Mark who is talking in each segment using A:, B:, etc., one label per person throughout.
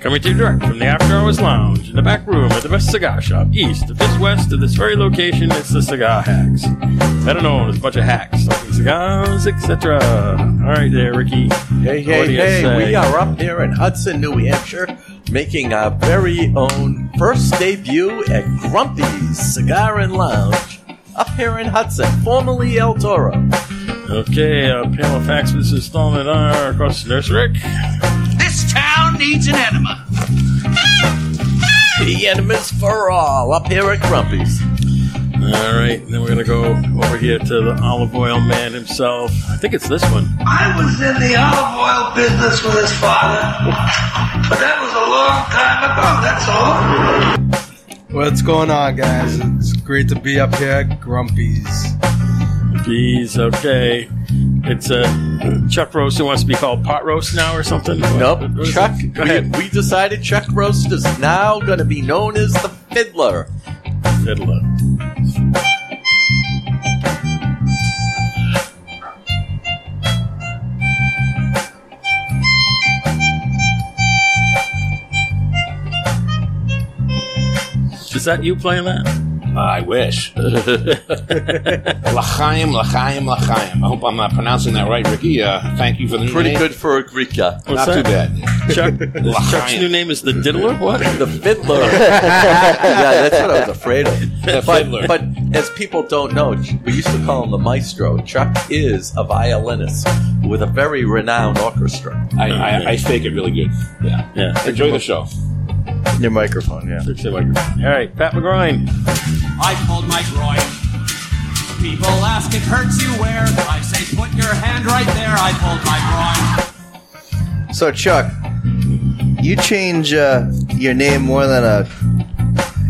A: Coming to you direct from the After Hours Lounge in the back room of the best cigar shop east of this west of this very location. It's the Cigar Hacks. Better known as a bunch of hacks, smoking cigars, etc. All right, there,
B: Hey,
A: Ricky. What do
B: hey,
A: you
B: hey,
A: say?
B: we are up here in Hudson, New Hampshire, making our very own first debut at Grumpy's Cigar and Lounge. Up here in Hudson, formerly El Toro.
A: Okay, uh, panel of facts for this installment are across the nurse Rick.
C: This town needs an enema.
B: The enemies for all, up here at Grumpy's.
A: All right, and then we're gonna go over here to the olive oil man himself. I think it's this one.
C: I was in the olive oil business with his father, but that was a long time ago, that's all.
D: What's going on, guys? It's great to be up here at Grumpy's.
A: Jeez, okay. It's uh, Chuck Roast who wants to be called Pot Roast now or something. What
B: Nope,
A: is it?
B: Chuck.
A: Go ahead.
B: We, we decided Chuck Roast is now going to be known as the Fiddler.
A: Fiddler. Is that you playing that?
E: I wish. L'chaim, l'chaim, l'chaim. I hope I'm not pronouncing that right, Ricky. Uh, thank you for the new
B: Pretty
E: name.
B: good for a Greek guy.
E: Not
A: What's
E: too
A: that?
E: bad.
A: Chuck, Chuck's new name is the Diddler. What?
B: The Fiddler. yeah, that's what I was afraid of.
E: The
B: but,
E: fiddler.
B: but as people don't know, we used to call him the maestro. Chuck is a violinist with a very renowned orchestra.
E: I, I, I fake it really good. Yeah.
A: Yeah.
E: Enjoy the show.
F: Your microphone, yeah.
A: Fix your microphone. All right, Pat McGrine.
G: I pulled my groin. People ask it hurts you where. I say put your hand right there. I pulled my groin.
F: So, Chuck, you change uh, your name more than a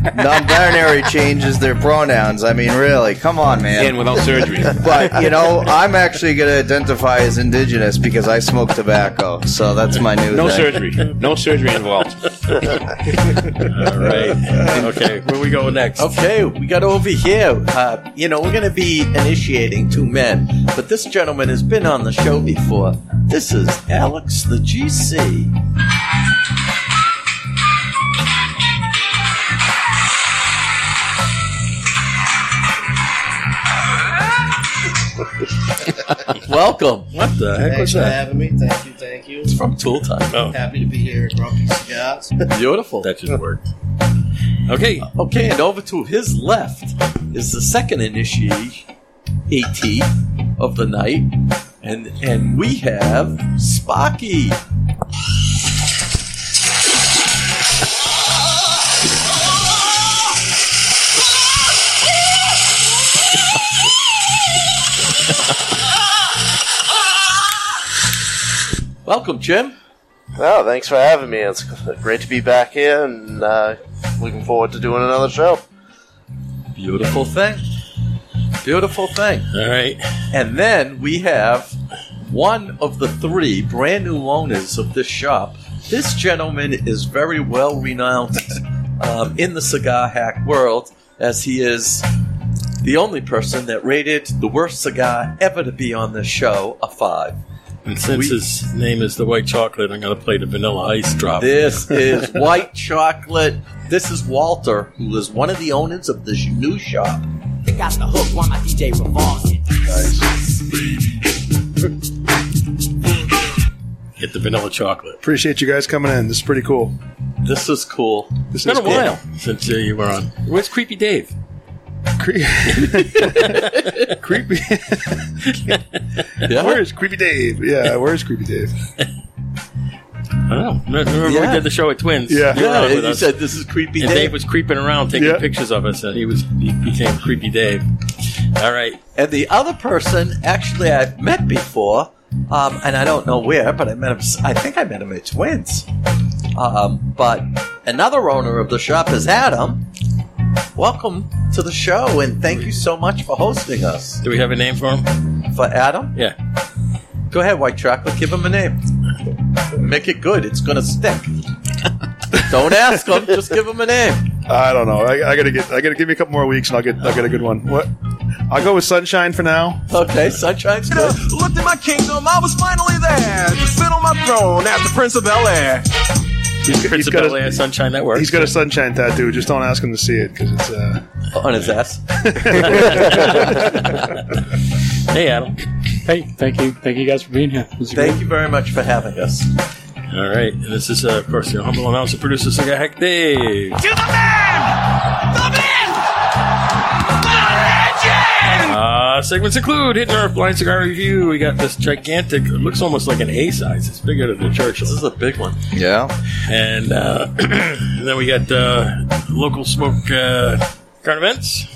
F: non-binary changes their pronouns. I mean, really, come on,
E: And
F: man.
E: without surgery.
F: But you know, I'm actually going to identify as indigenous because I smoke tobacco. So that's my new
E: No
F: thing.
E: surgery. No surgery involved.
A: All right. Okay, where we go next?
B: Okay, we got over here. Uh, you know, we're going to be initiating two men, but this gentleman has been on the show before. This is Alex the GC. Welcome.
A: What the heck
H: Thanks
A: was
H: for
A: that?
H: having me. Thank you, thank you.
B: It's from Tool Time.
A: Oh,
H: Happy to be here at Grumpy Cigars.
B: Beautiful.
A: that just worked. Okay,
B: Okay, and over to his left is the second initiate AT of the night, and and we have Spocky. Welcome, Jim.
F: No, thanks for having me. It's great to be back here, and uh, looking forward to doing another show.
B: Beautiful thing. Beautiful thing.
A: all right.
B: And then we have one of the three brand new owners of this shop. This gentleman is very well renowned um, in the cigar hack world, as he is the only person that rated the worst cigar ever to be on this show a five.
A: And since
B: We-
A: his name is the white chocolate, I'm going to play the vanilla ice drop.
B: This is white chocolate. This is Walter, who is one of the owners of this new shop.
G: They got the hook while my DJ revolves it.
A: Get the vanilla chocolate.
D: Appreciate you guys coming in. This is pretty cool.
B: This is cool.
D: This
A: It's
D: is
A: been a while since uh, you were on. Where's Creepy Dave?
D: Cre- creepy.
B: Yeah.
D: where's Creepy Dave? Yeah, where's Creepy Dave?
A: I don't know. Remember when
B: Yeah.
A: we did the show at Twins?
D: Yeah.
A: You were on
B: Yeah,
A: with
B: you
A: us.
B: said this is creepy.
A: and Dave. was creeping around taking
D: Yeah.
A: pictures of us, and he was he became Creepy Dave. All right.
B: And the other person, actually, I've met before, um, and I don't know where, but I met him. I think I met him at Twins. Um, but another owner of the shop is Adam. Welcome to the show, and thank you so much for hosting us.
A: Do we have a name for him?
B: For Adam,
A: Yeah.
B: go ahead, White Chocolate, give him a name. Make it good; it's gonna stick. don't ask him; just give him a name.
I: I don't know. I, I gotta get. I gotta give me a couple more weeks, and I'll get. I'll get a good one. What? I'll go with sunshine for now.
B: Okay, Sunshine's good.
J: Looked at my kingdom, I was finally there. To sit on my throne as the Prince of Bel Air.
A: He's Prince of
I: got a-
A: Bel Air Sunshine Network.
I: He's got a sunshine tattoo. Just don't ask him to see it because it's. Uh,
B: On his ass.
A: hey, Adam.
K: Hey, thank you, thank you guys for being here. This is
B: Thank you very much for having us.
A: All right. And this is, uh, of course, your humble announcer, producer, Cigar Hack Dave.
G: To the man! The man! The legend!
A: Uh, segments include Hidden Earth Blind Cigar Review. We got this gigantic, it looks almost like an A size. It's bigger than the
B: This
A: Churchill.
B: is a big one.
F: Yeah.
A: And, uh, and then we got uh, local smoke uh, current events.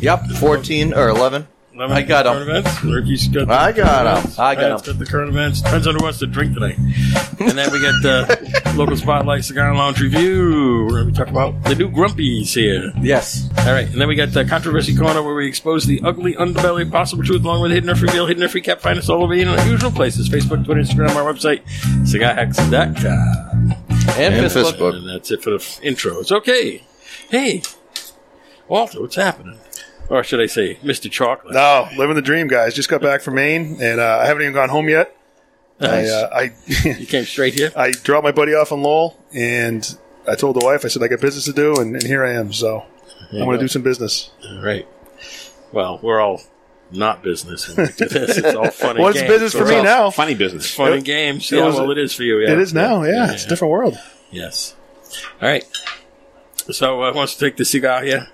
B: Yep.
F: 14 or 11.
A: Lemon
B: I got 'em.
A: current events. Lurky's got
F: I got 'em.
A: them.
B: I got 'em.
A: got the current events. Depends on who wants to drink tonight. And then we got the local spotlight cigar lounge review. We're going to talk about the new Grumpies here.
B: Yes.
A: All right, and then we got the controversy corner where we expose the ugly underbelly of possible truth along with hidden or reveal, hidden or free cap. Find us all over the unusual places: Facebook, Twitter, Instagram, our website, cigarhacks.com.
B: And,
F: And
B: Fistbump.
F: Fistbump.
A: And that's it for the f- intro. It's okay. Hey, Walter, what's happening? Or should I say, Mr. Chocolate?
I: no, living the dream, guys. Just got back from Maine, and uh, I haven't even gone home yet.
A: Nice.
I: I, uh, I
A: You came straight here.
I: I dropped my buddy off in Lowell, and I told the wife, I said, I got business to do, and, and here I am. So I'm going to do some business.
A: All right. Well, we're all not business. When we do this. It's all funny.
I: Well, it's
A: games.
I: business for
A: We're
I: me
A: all
I: now.
E: Funny business.
A: Funny
I: It-
A: games.
I: it
A: yeah,
I: was-
A: well, it is for you. Yeah.
I: It is now, yeah. It's a different world.
A: Yes. All right. So, uh, who wants to take the cigar here?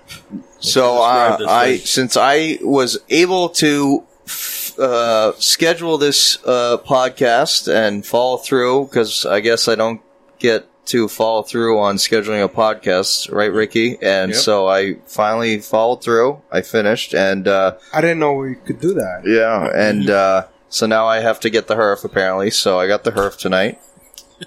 F: So
A: Describe
F: uh,
A: this
F: I,
A: thing.
F: since I was able to f- uh, schedule this uh, podcast and follow through, because I guess I don't get to follow through on scheduling a podcast, right, Ricky? And so I finally followed through. I finished, and uh,
D: I didn't know we could do that.
F: yeah, and
A: Mm-hmm.
F: uh, so now I have to get the herf apparently. So I got the herf tonight,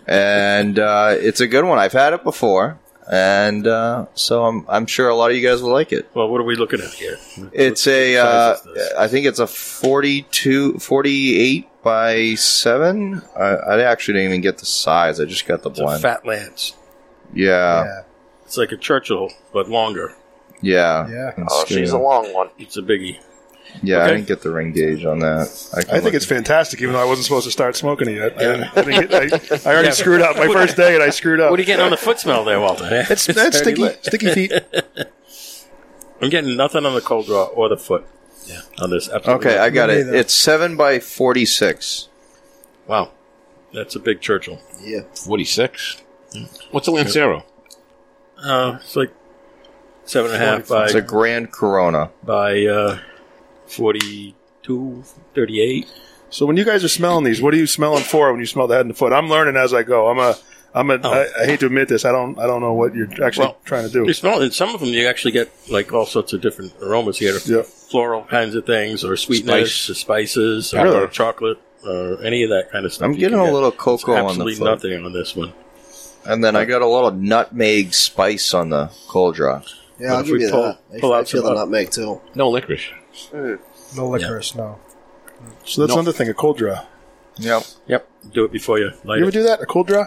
F: and uh, it's a good one. I've had it before, and uh, so I'm I'm sure a lot of you guys will like it.
A: Well, what are we looking at here?
F: It's
A: What
F: a, uh,
A: size is this?
F: I think it's a 42, 48 by 7. I, I actually didn't even get the size. I just got the
A: It's a
F: blend.
A: fat lance.
F: yeah,
A: It's like a Churchill, but longer.
F: yeah.
D: Yeah.
F: And
J: Oh,
F: skinny.
J: she's a long one.
A: It's a biggie.
F: yeah, I
A: okay.
F: didn't get the ring gauge on that. can
I: I think
F: look-
I: it's fantastic, even though I wasn't supposed to start smoking it yet. I, didn't, I, didn't get- I- I already screwed up my first day, and I screwed up.
A: What are you getting on the foot smell there, Walter?
I: it's, that's
A: already
I: sticky,
A: lit.
I: sticky feet.
A: I'm getting nothing on the cold draw or the foot. Yeah. On this. Absolutely.
F: Okay, I got
D: Me
F: it.
D: neither.
F: It's 7 by 46.
A: wow. That's a big Churchill.
E: Forty six. What's a Lancero?
A: Uh, it's like seven and a half by,
F: It's a Grand Corona.
A: by uh, 42, 38.
I: So when you guys are smelling these, what are you smelling for when you smell the head and the foot? I'm learning as I go. I'm a, I'm a. I, I hate to admit this. I don't. I don't know what you're actually
A: Oh. Well,
I: trying to do.
A: You smell it. Some of them you actually get like all sorts of different aromas here.
I: Yeah.
A: Floral kinds of things, or sweetness,
E: Spice.
A: or spices, or,
I: Really?
A: or chocolate, or any of that kind of stuff.
F: I'm
A: you
F: getting
A: can
F: a
A: get.
F: little
A: It's
F: cocoa on the
A: absolutely
F: foot.
A: nothing on this one.
F: And then I got a little nutmeg spice on the cold draw.
H: Yeah,
A: But
H: I'll
A: if
H: give
A: we
H: you
A: pull-
H: that. I-
A: pull
H: I,
A: out
H: feel
A: some
H: the
A: up-
H: nutmeg too.
E: No licorice.
D: No licorice, no.
I: so that's another thing. A cold draw.
F: Yep.
A: Yep. Do it before you light
I: You ever
A: it.
I: do that? A cold draw?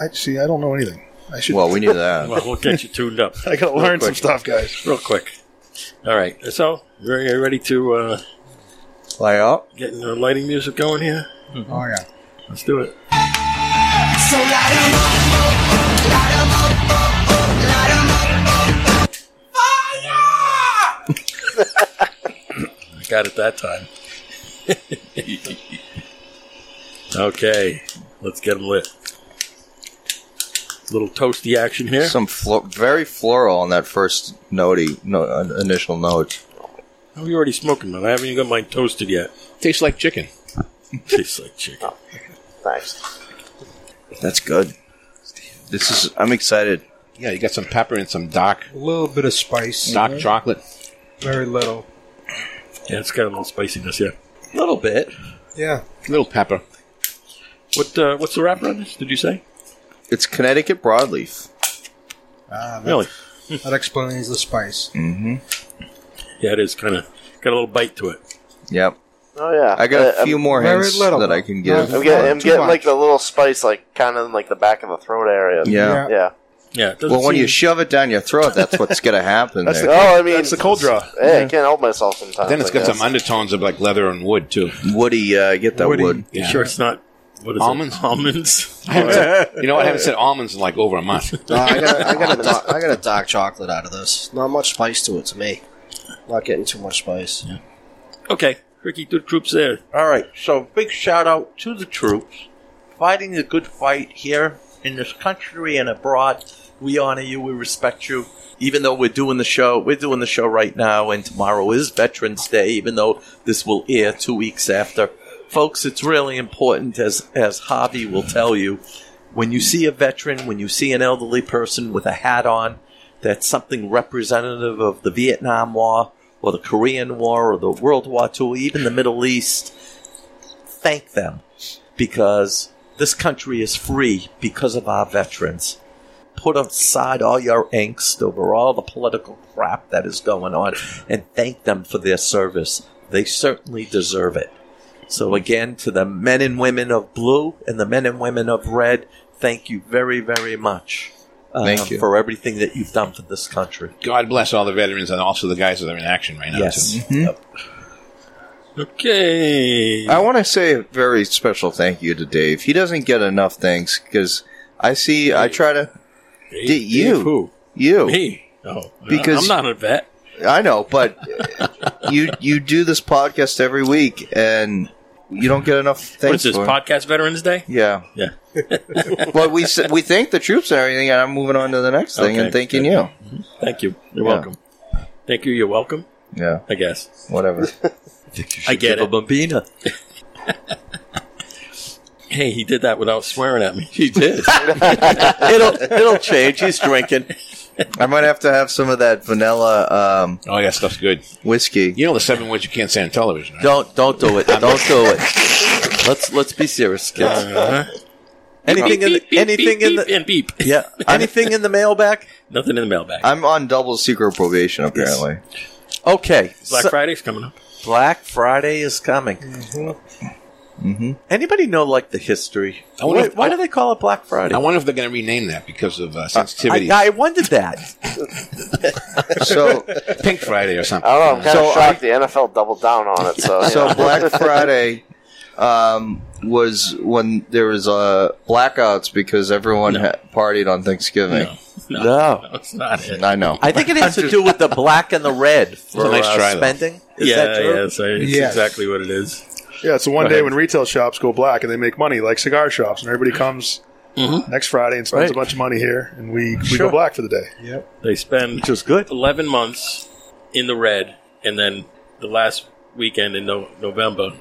I: I see. I don't know anything. I should.
F: Well, we knew that.
A: Well, we'll get you tuned up
I: I gotta learn some stuff, guys.
A: real quick. All right. So, you're you're ready to uh,
F: Light up.
A: get the lighting music going here?
I: Mm-hmm.
D: Oh, yeah.
A: Let's do it. I got it that time. okay, let's get them lit. Little toasty action here.
F: Some flo- very floral on that first notey, no, uh, initial note.
A: Oh, you already smoking mine. I haven't even got mine toasted yet.
E: Tastes like chicken.
A: Tastes like chicken.
J: Nice.
F: That's good. This is. I'm excited.
E: Yeah, you got some pepper and some dark
D: A little bit of spice.
E: dark chocolate.
D: Very little.
A: Yeah, it's got a little spiciness. Yeah.
B: A little bit.
D: Yeah.
E: little pepper.
A: What uh, What's the wrapper on this? Did you say?
F: It's Connecticut broadleaf.
D: Ah, that,
A: Really?
D: that explains the spice.
F: Mm-hmm.
A: Yeah, it is kind of got a little bite to it.
F: Yep.
J: Oh yeah.
F: I got
J: Uh,
F: a
L: um,
F: few more
D: very
F: hints
D: little.
F: that I can
D: No,
F: give.
J: I'm, I'm getting, I'm
D: Too
J: getting
D: much.
J: like the little spice, like kind of like the back of the throat area.
F: Yeah.
J: Yeah.
A: Yeah. it doesn't
F: Well, when
A: seem-
F: you shove it down your throat, that's what's going to happen.
E: That's
F: there.
L: Oh,
E: the-
M: I mean,
I: that's the cold draw.
M: Yeah, I can't help myself sometimes.
E: Oh, Then it's
M: it's
E: got some undertones of like leather and wood too.
F: Woody, uh, get that
E: Woody.
F: wood.
E: You
A: sure it's not what is it?
E: almonds?
A: Almonds.
E: I haven't said, you know what? I haven't said almonds in like over a month.
M: No,
B: Ah,
M: I got a, I got a dark, I got a dark chocolate out of this. Not much spice to it to me. Not getting too much spice.
A: Okay, Ricky, the troops there.
B: All right, so big shout out to the troops fighting a good fight here in this country and abroad. We honor you, we respect you. Even though we're doing the show, we're doing the show right now, and tomorrow is Veterans Day, even though this will air two weeks after. Folks, it's really important, as, as Javi will tell you, when you see a veteran, when you see an elderly person with a hat on, that's something representative of the Vietnam War or the Korean War or the World War II, even the Middle East, thank them because this country is free because of our veterans. Put aside all your angst over all the political crap that is going on and thank them for their service. They certainly deserve it. So, again, to the men and women of blue and the men and women of red, thank you very, very much uh,
E: Thank you.
B: for everything that you've done for this country.
E: God bless all the veterans and also the guys that are in action right now.
B: Yes.
E: too.
A: Okay.
F: I want to say a very special thank you to Dave. He doesn't get enough thanks because I see. I try to.
A: Dave-
F: D- you.
A: Dave who?
F: You.
A: Me. Oh,
F: Because-
A: I'm not a vet.
F: I know, but you you do this podcast every week, and you don't get enough thanks.
A: What is this
F: for it.
A: podcast Veterans Day?
F: Yeah.
A: Yeah.
F: but we s- we thank the troops and everything, and I'm moving on to the next thing and
A: Okay,
F: thanking
A: good.
F: you.
A: Thank you. You're
F: Yeah.
A: welcome. Thank you. You're welcome.
F: Yeah.
A: I guess.
F: Whatever.
A: I get
B: give
A: it.
B: a bambina.
A: Hey, he did that without swearing at me.
B: He did. it'll it'll change. He's drinking.
F: I might have to have some of that vanilla. Um,
E: oh yeah, stuff's good.
F: Whiskey.
E: You know the seven words you can't say on television. Right?
B: Don't don't do it. Don't do it. Let's let's be serious, kids.
E: Uh-huh.
B: Anything in the, anything in the
A: and beep.
B: yeah anything in the mailbag?
A: Nothing in the mailbag.
F: I'm on double secret probation apparently.
B: Okay,
A: Black
B: so-
A: Friday's coming up.
B: Black Friday is coming.
F: Mm-hmm.
B: Anybody know like the history?
E: I wonder
B: Why,
E: if-
B: why do they call it Black Friday?
E: I wonder if they're going to rename that because of uh, sensitivity.
B: I, I wondered that.
F: so
E: Pink Friday or
B: uh,
E: something.
M: I don't know. I'm kind
F: So uh,
M: of shocked the NFL doubled down on it. So, you
F: so
M: know.
F: Black Friday um, was when there was uh, blackouts because everyone ha- partied on Thanksgiving.
B: No,
A: That's not it.
F: I know.
B: I think it has to do with the black and the red for
F: nice
B: uh,
F: try, though.
B: spending. Is
A: yeah,
B: that true?
A: yeah. So it's
I: Yes.
A: exactly what it is.
I: Yeah, it's the
A: Go
I: one day
A: ahead.
I: when retail shops go black and they make money, like cigar shops, and everybody comes next Friday and spends a
A: Right.
I: bunch of money here, and we, we
A: Sure.
I: go black for the day.
A: They spend
B: which is good.
A: Eleven months in the red, and then the last weekend in no- November,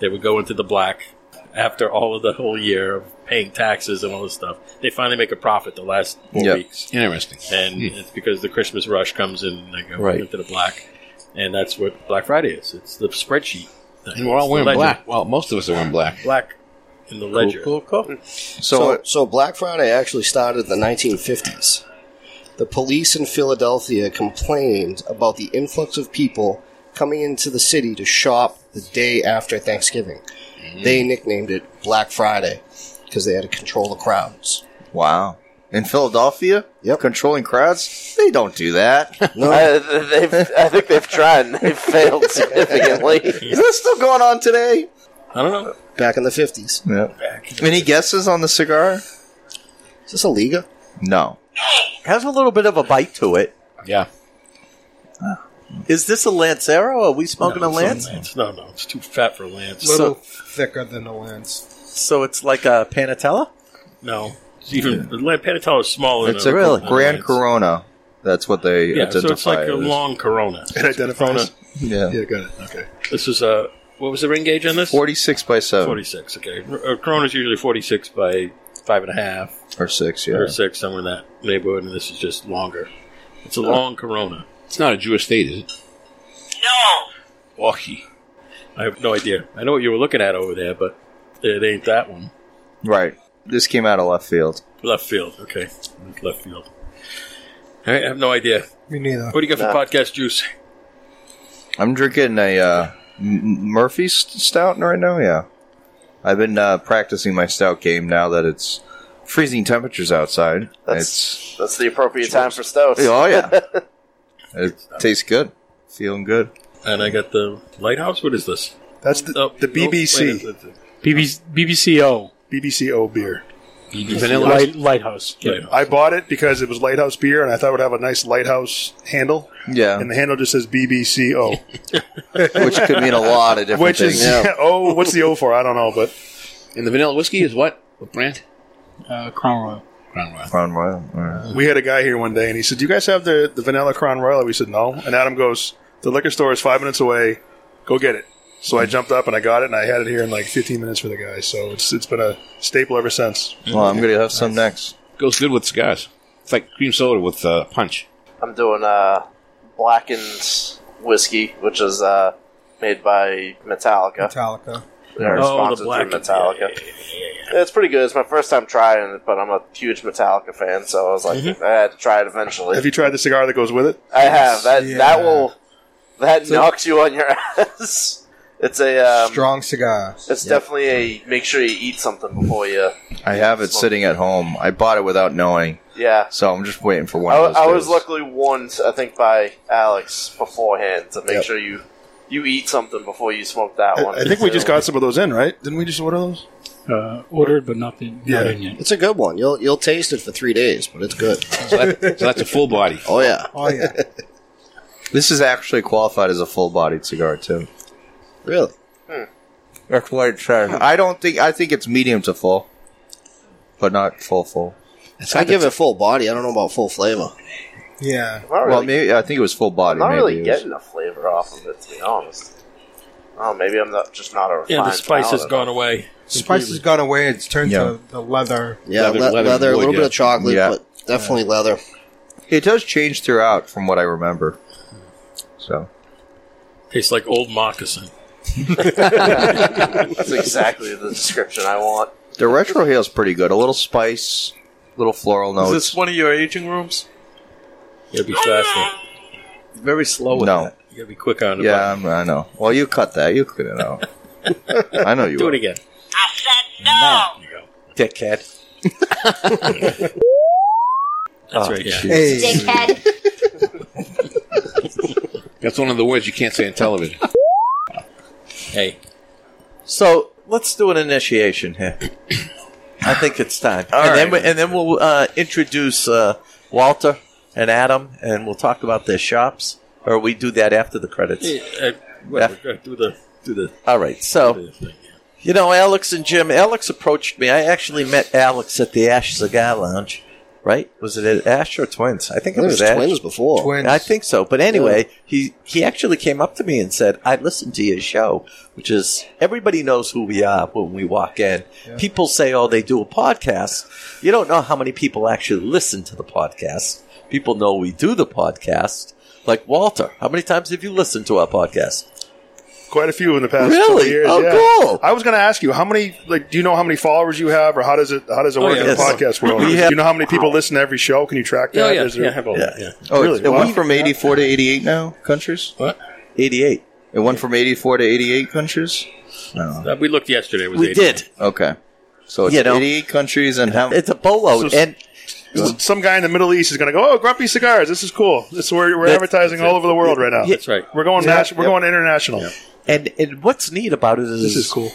A: they would go into the black. After all of the whole year of paying taxes and all this stuff, they finally make a profit the last four
E: Yep.
A: weeks,
E: Interesting.
A: and it's because the Christmas rush comes in and they go
E: Right.
A: into the black, and that's what Black Friday is. It's the spreadsheet.
E: And we're all
A: It's the
E: wearing
A: ledger.
E: black. Well, most of us are wearing black.
A: Black in the ledger.
M: So, so, Black Friday actually started in the 1950s. The police in Philadelphia complained about the influx of people coming into the city to shop the day after Thanksgiving.
A: Mm.
M: They nicknamed it Black Friday because they had to control the crowds.
F: Wow. In Philadelphia, yep. controlling crowds, they don't do that.
M: No.
F: Uh,
M: I, they've, I think they've tried and they've failed significantly.
F: Is this still going on today?
A: I don't know.
M: Back in the 50s.
F: Any guesses on the cigar?
M: Is this a Liga?
F: No.
B: has a little bit of a bite to it. Ah.
E: Yeah.
B: Is this a Lancero? Are we smoking
A: No,
B: a
A: it's not
B: Lance?
A: Lance. No, no, it's too fat for Lance.
D: little
A: So-
D: thicker than the lens.
B: So it's like a Panatella?
A: no, it's even the Lan- Panatella is smaller.
F: It's a
A: than
F: Grand
A: Lance.
F: Corona. That's what they
A: Yeah,
F: identify.
A: so it's like
F: it
A: a
F: as.
A: long Corona.
I: It identifies.
F: yeah.
I: Yeah, got it. Okay.
A: This is a what was the ring gauge on this?
F: 46 by 7
A: Forty-six. Okay, R- uh, Corona's usually forty-six by five and a half
F: or 6, yeah.
A: or six, somewhere in that neighborhood, and this is just longer. It's a long Corona.
E: It's not a Jewish state, is it? No. Waukee.
A: I have no idea. I know what you were looking at over there, but it ain't that one.
F: Right. This came out of left field.
A: Left field. Okay, left field. All right, I have no idea.
D: Me neither.
A: What do you got for podcast juice?
F: I'm drinking a uh, M- Murphy's stout right now. Yeah, I've been uh, practicing my stout game now that it's freezing temperatures outside. It's
L: That's the appropriate time for stoves.
F: oh yeah, it tastes good, feeling good.
A: And I got the lighthouse. What is this? Oh,
I: That's the, the BBC.
K: BBC, BBCO.
I: BBCO beer.
K: Vanilla Light, Lighthouse. Yeah.
I: I bought it because it was lighthouse beer, and I thought it would have a nice lighthouse handle.
F: Yeah.
I: and the handle just says BBCO,
F: Which could mean a lot of different
I: Which is
F: things. Yeah.
I: oh, what's the O for? I don't know, but
E: and the vanilla whiskey is what? What brand?
K: Uh, Crown Royal.
E: Crown Royal.
F: Crown Royal. all right.
I: We had a guy here one day, and he said, "Do you guys have the the vanilla Crown Royal?" We said, "No." And Adam goes, "The liquor store is five minutes away. Go get it." So I jumped up and I got it, and I had it here in like 15 minutes for the guy. So it's it's been a staple ever since.
F: Well, I'm gonna have some next.
E: Goes good with cigars. It's like cream soda with uh, punch.
L: I'm doing uh, blackened whiskey, which is uh, made by Metallica.
D: Metallica.
L: They're
D: Oh, the
L: sponsored
D: black-
L: through Metallica. It's pretty good. It's my first time trying it, but I'm a huge Metallica fan, so I was like, I had to try it eventually.
I: Have you tried the cigar that goes with it?
L: I have that. That will that
I: So-
L: knocks you on your ass. It's a um,
D: Strong cigar.
L: It's definitely a make sure you eat something before you.
F: I have it sitting at home. I bought it without knowing.
L: Yeah.
F: So I'm just waiting for
L: I,
F: one. of those
L: I was
F: days.
L: luckily warned, I think, by Alex beforehand to make
I: Yep.
L: sure you you eat something before you smoke that
I: I,
L: one.
I: I think we just got some of those in, right? Didn't we just order those?
K: Uh, ordered, but not, in,
I: Yeah.
K: not in yet.
M: It's a good one. You'll you'll taste it for three days, but it's good.
E: so that's a full body.
M: Oh yeah.
D: Oh yeah.
F: This is actually qualified as a full-bodied cigar too.
M: Really?
F: That's what it says. I don't think. I think it's medium to full, but not full full.
M: I give it full body. I don't know about full flavor.
D: Yeah.
F: Well, maybe I think it was full
L: I'm
F: body.
L: not
F: maybe
L: really
F: it was-
L: getting a flavor off of it, to be honest. Oh, maybe I'm not just not a
A: Yeah, the
L: refined
A: spice has
L: palate.
A: gone away.
D: Spice has gone away. It's turned to the leather.
M: Yeah, Leather- le- leather, leather, a wood, little bit yeah. of chocolate, but definitely leather.
F: It does change throughout, from what I remember. So
A: Tastes like old moccasin.
L: That's exactly the description I want.
F: the retro hail is pretty good. A little spice, little floral
B: Is
F: notes.
B: this one of your aging rooms?
A: You gotta be fast.
B: Very slow with
F: no.
B: that.
A: You gotta be quick on it.
F: Yeah, I'm, I know. Well, you cut that. You cut it out. I know you.
A: Do
F: will.
A: it again.
B: Dickhead.
A: Oh,
B: Oh,
E: That's
A: right, yeah.
E: That's one of the words you can't say on television.
A: hey.
B: So let's do an initiation here. I think it's time, and then we, and then we'll uh, introduce uh, Walter and Adam, and we'll talk about their shops, or we do that after the credits.
A: Yeah, uh, whatever, go do the do the
B: All right, so you know Alex and Jim. Alex approached me. I actually met Alex at the Ash Cigar Lounge. Right? Was it at Ash or Twins? I think it
M: I think
B: was,
M: it was
B: Ash.
M: Twins before. Twins.
B: I think so. But anyway, he he actually came up to me and said, "I listened to your show, which is everybody knows who we are when we walk in. People say, "Oh, they do a podcast." You don't know how many people actually listen to the podcast. People know we do the podcast. Like Walter, how many times have you listened to our podcast?
I: Quite a few in the past
B: Really?
I: couple of years.
B: Oh,
I: yeah.
B: cool.
I: I was going to ask you how many. Like, do you know how many followers you have, or how does it how does it
B: Oh,
I: work in the
B: yes.
I: podcast world?
B: We
I: do
B: have-
I: you know how many people listen to every show? Can you track that?
A: Oh, yeah,
I: Is there-
A: yeah, I have all that, yeah.
F: Oh,
I: Really?
F: it, it
I: Wow.
F: went from 84 to 88 now countries?
A: What?
F: 88. It went from 84 to 88 countries? No.
A: Uh, we looked yesterday. It was
F: We
A: 80.
F: did. Okay. So it's
B: You know.
F: 88 countries and how
B: It's a bolo,
I: So-
B: and
I: Some guy in the Middle East is going to go. Oh, Grumpy Cigars. This is cool. This we're we're
B: That's-
I: advertising all over the world right now.
B: Yeah. That's
A: right.
I: We're going
B: Yeah.
I: nation- We're
B: Yep.
I: going international.
B: and and what's neat about it is
I: This is cool.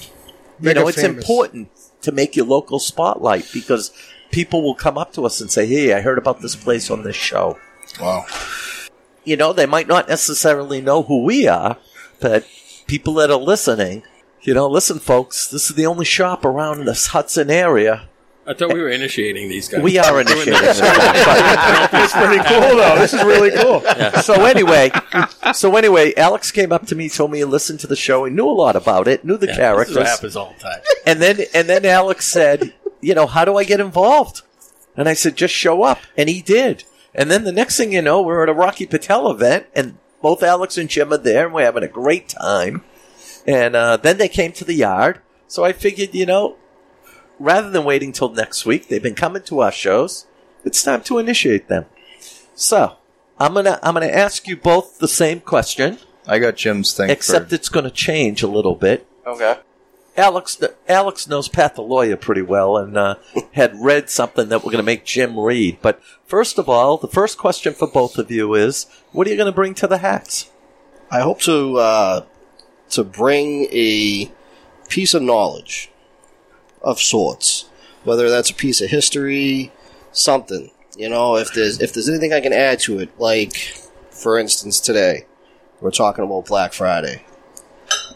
B: you
D: Make
B: know,
D: it
B: it's
D: famous.
B: important to make your local spotlight because people will come up to us and say, "Hey, I heard about this place on this show."
M: Wow.
B: You know, they might not necessarily know who we are, but people that are listening, you know, listen, folks, this is the only shop around this Hudson area.
A: I thought we were initiating these guys.
B: We are
A: We're doing
B: initiating
A: this.
B: this. But-
I: It's pretty cool though. This is really cool.
B: so anyway, so anyway, Alex came up to me, told me he listened to the show, he knew a lot about it, knew the
A: Yeah,
B: characters.
A: This is what happens all the time.
B: And then and then Alex said, you know, how do I get involved? And I said, just show up. And he did. And then the next thing you know, we're at a Rocky Patel event and both Alex and Jim are there and we're having a great time. And uh, then they came to the yard. So I figured, you know, rather than waiting till next week, they've been coming to our shows. It's time to initiate them. So I'm gonna I'm gonna ask you both the same question,
F: I got Jim's thing.
B: except
F: for,
B: it's gonna change a little bit.
L: Okay.
B: Alex Alex knows Pat the lawyer pretty well and uh, had read something that we're going to make Jim read. But first of all, the first question for both of you is: What are you going to bring to the hacks?
M: I hope to uh, to bring a piece of knowledge of sorts, whether that's a piece of history, something. You know, if there's if there's anything I can add to it, like for instance today, we're talking about Black Friday.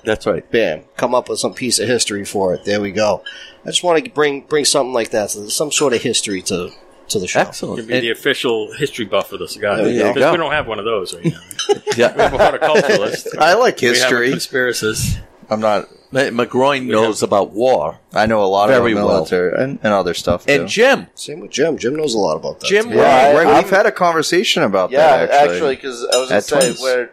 B: That's right.
M: Bam! Come up with some piece of history for it. There we go. I just want to bring bring something like that, so there's some sort of history to to the show.
A: Can be the official history buff for the cigar.
M: There you
A: Because
M: go.
A: we don't have one of those right now.
B: Yeah.
A: We have a horticulturalist.
F: I like
A: We have a
F: history.
A: Conspiracies.
F: I'm not.
B: McGroin knows about war.
F: I know a lot
B: Very
F: about
B: well.
F: military and, and other stuff.
B: And
F: too.
B: Jim,
M: Same with Jim. Jim knows a lot about that.
B: Jim,
F: yeah,
L: Yeah,
F: right,
L: I-
F: we've had a conversation about
L: Yeah,
F: that
L: actually,
F: actually.
L: because I was going
F: At
L: to say
F: Twins.
L: where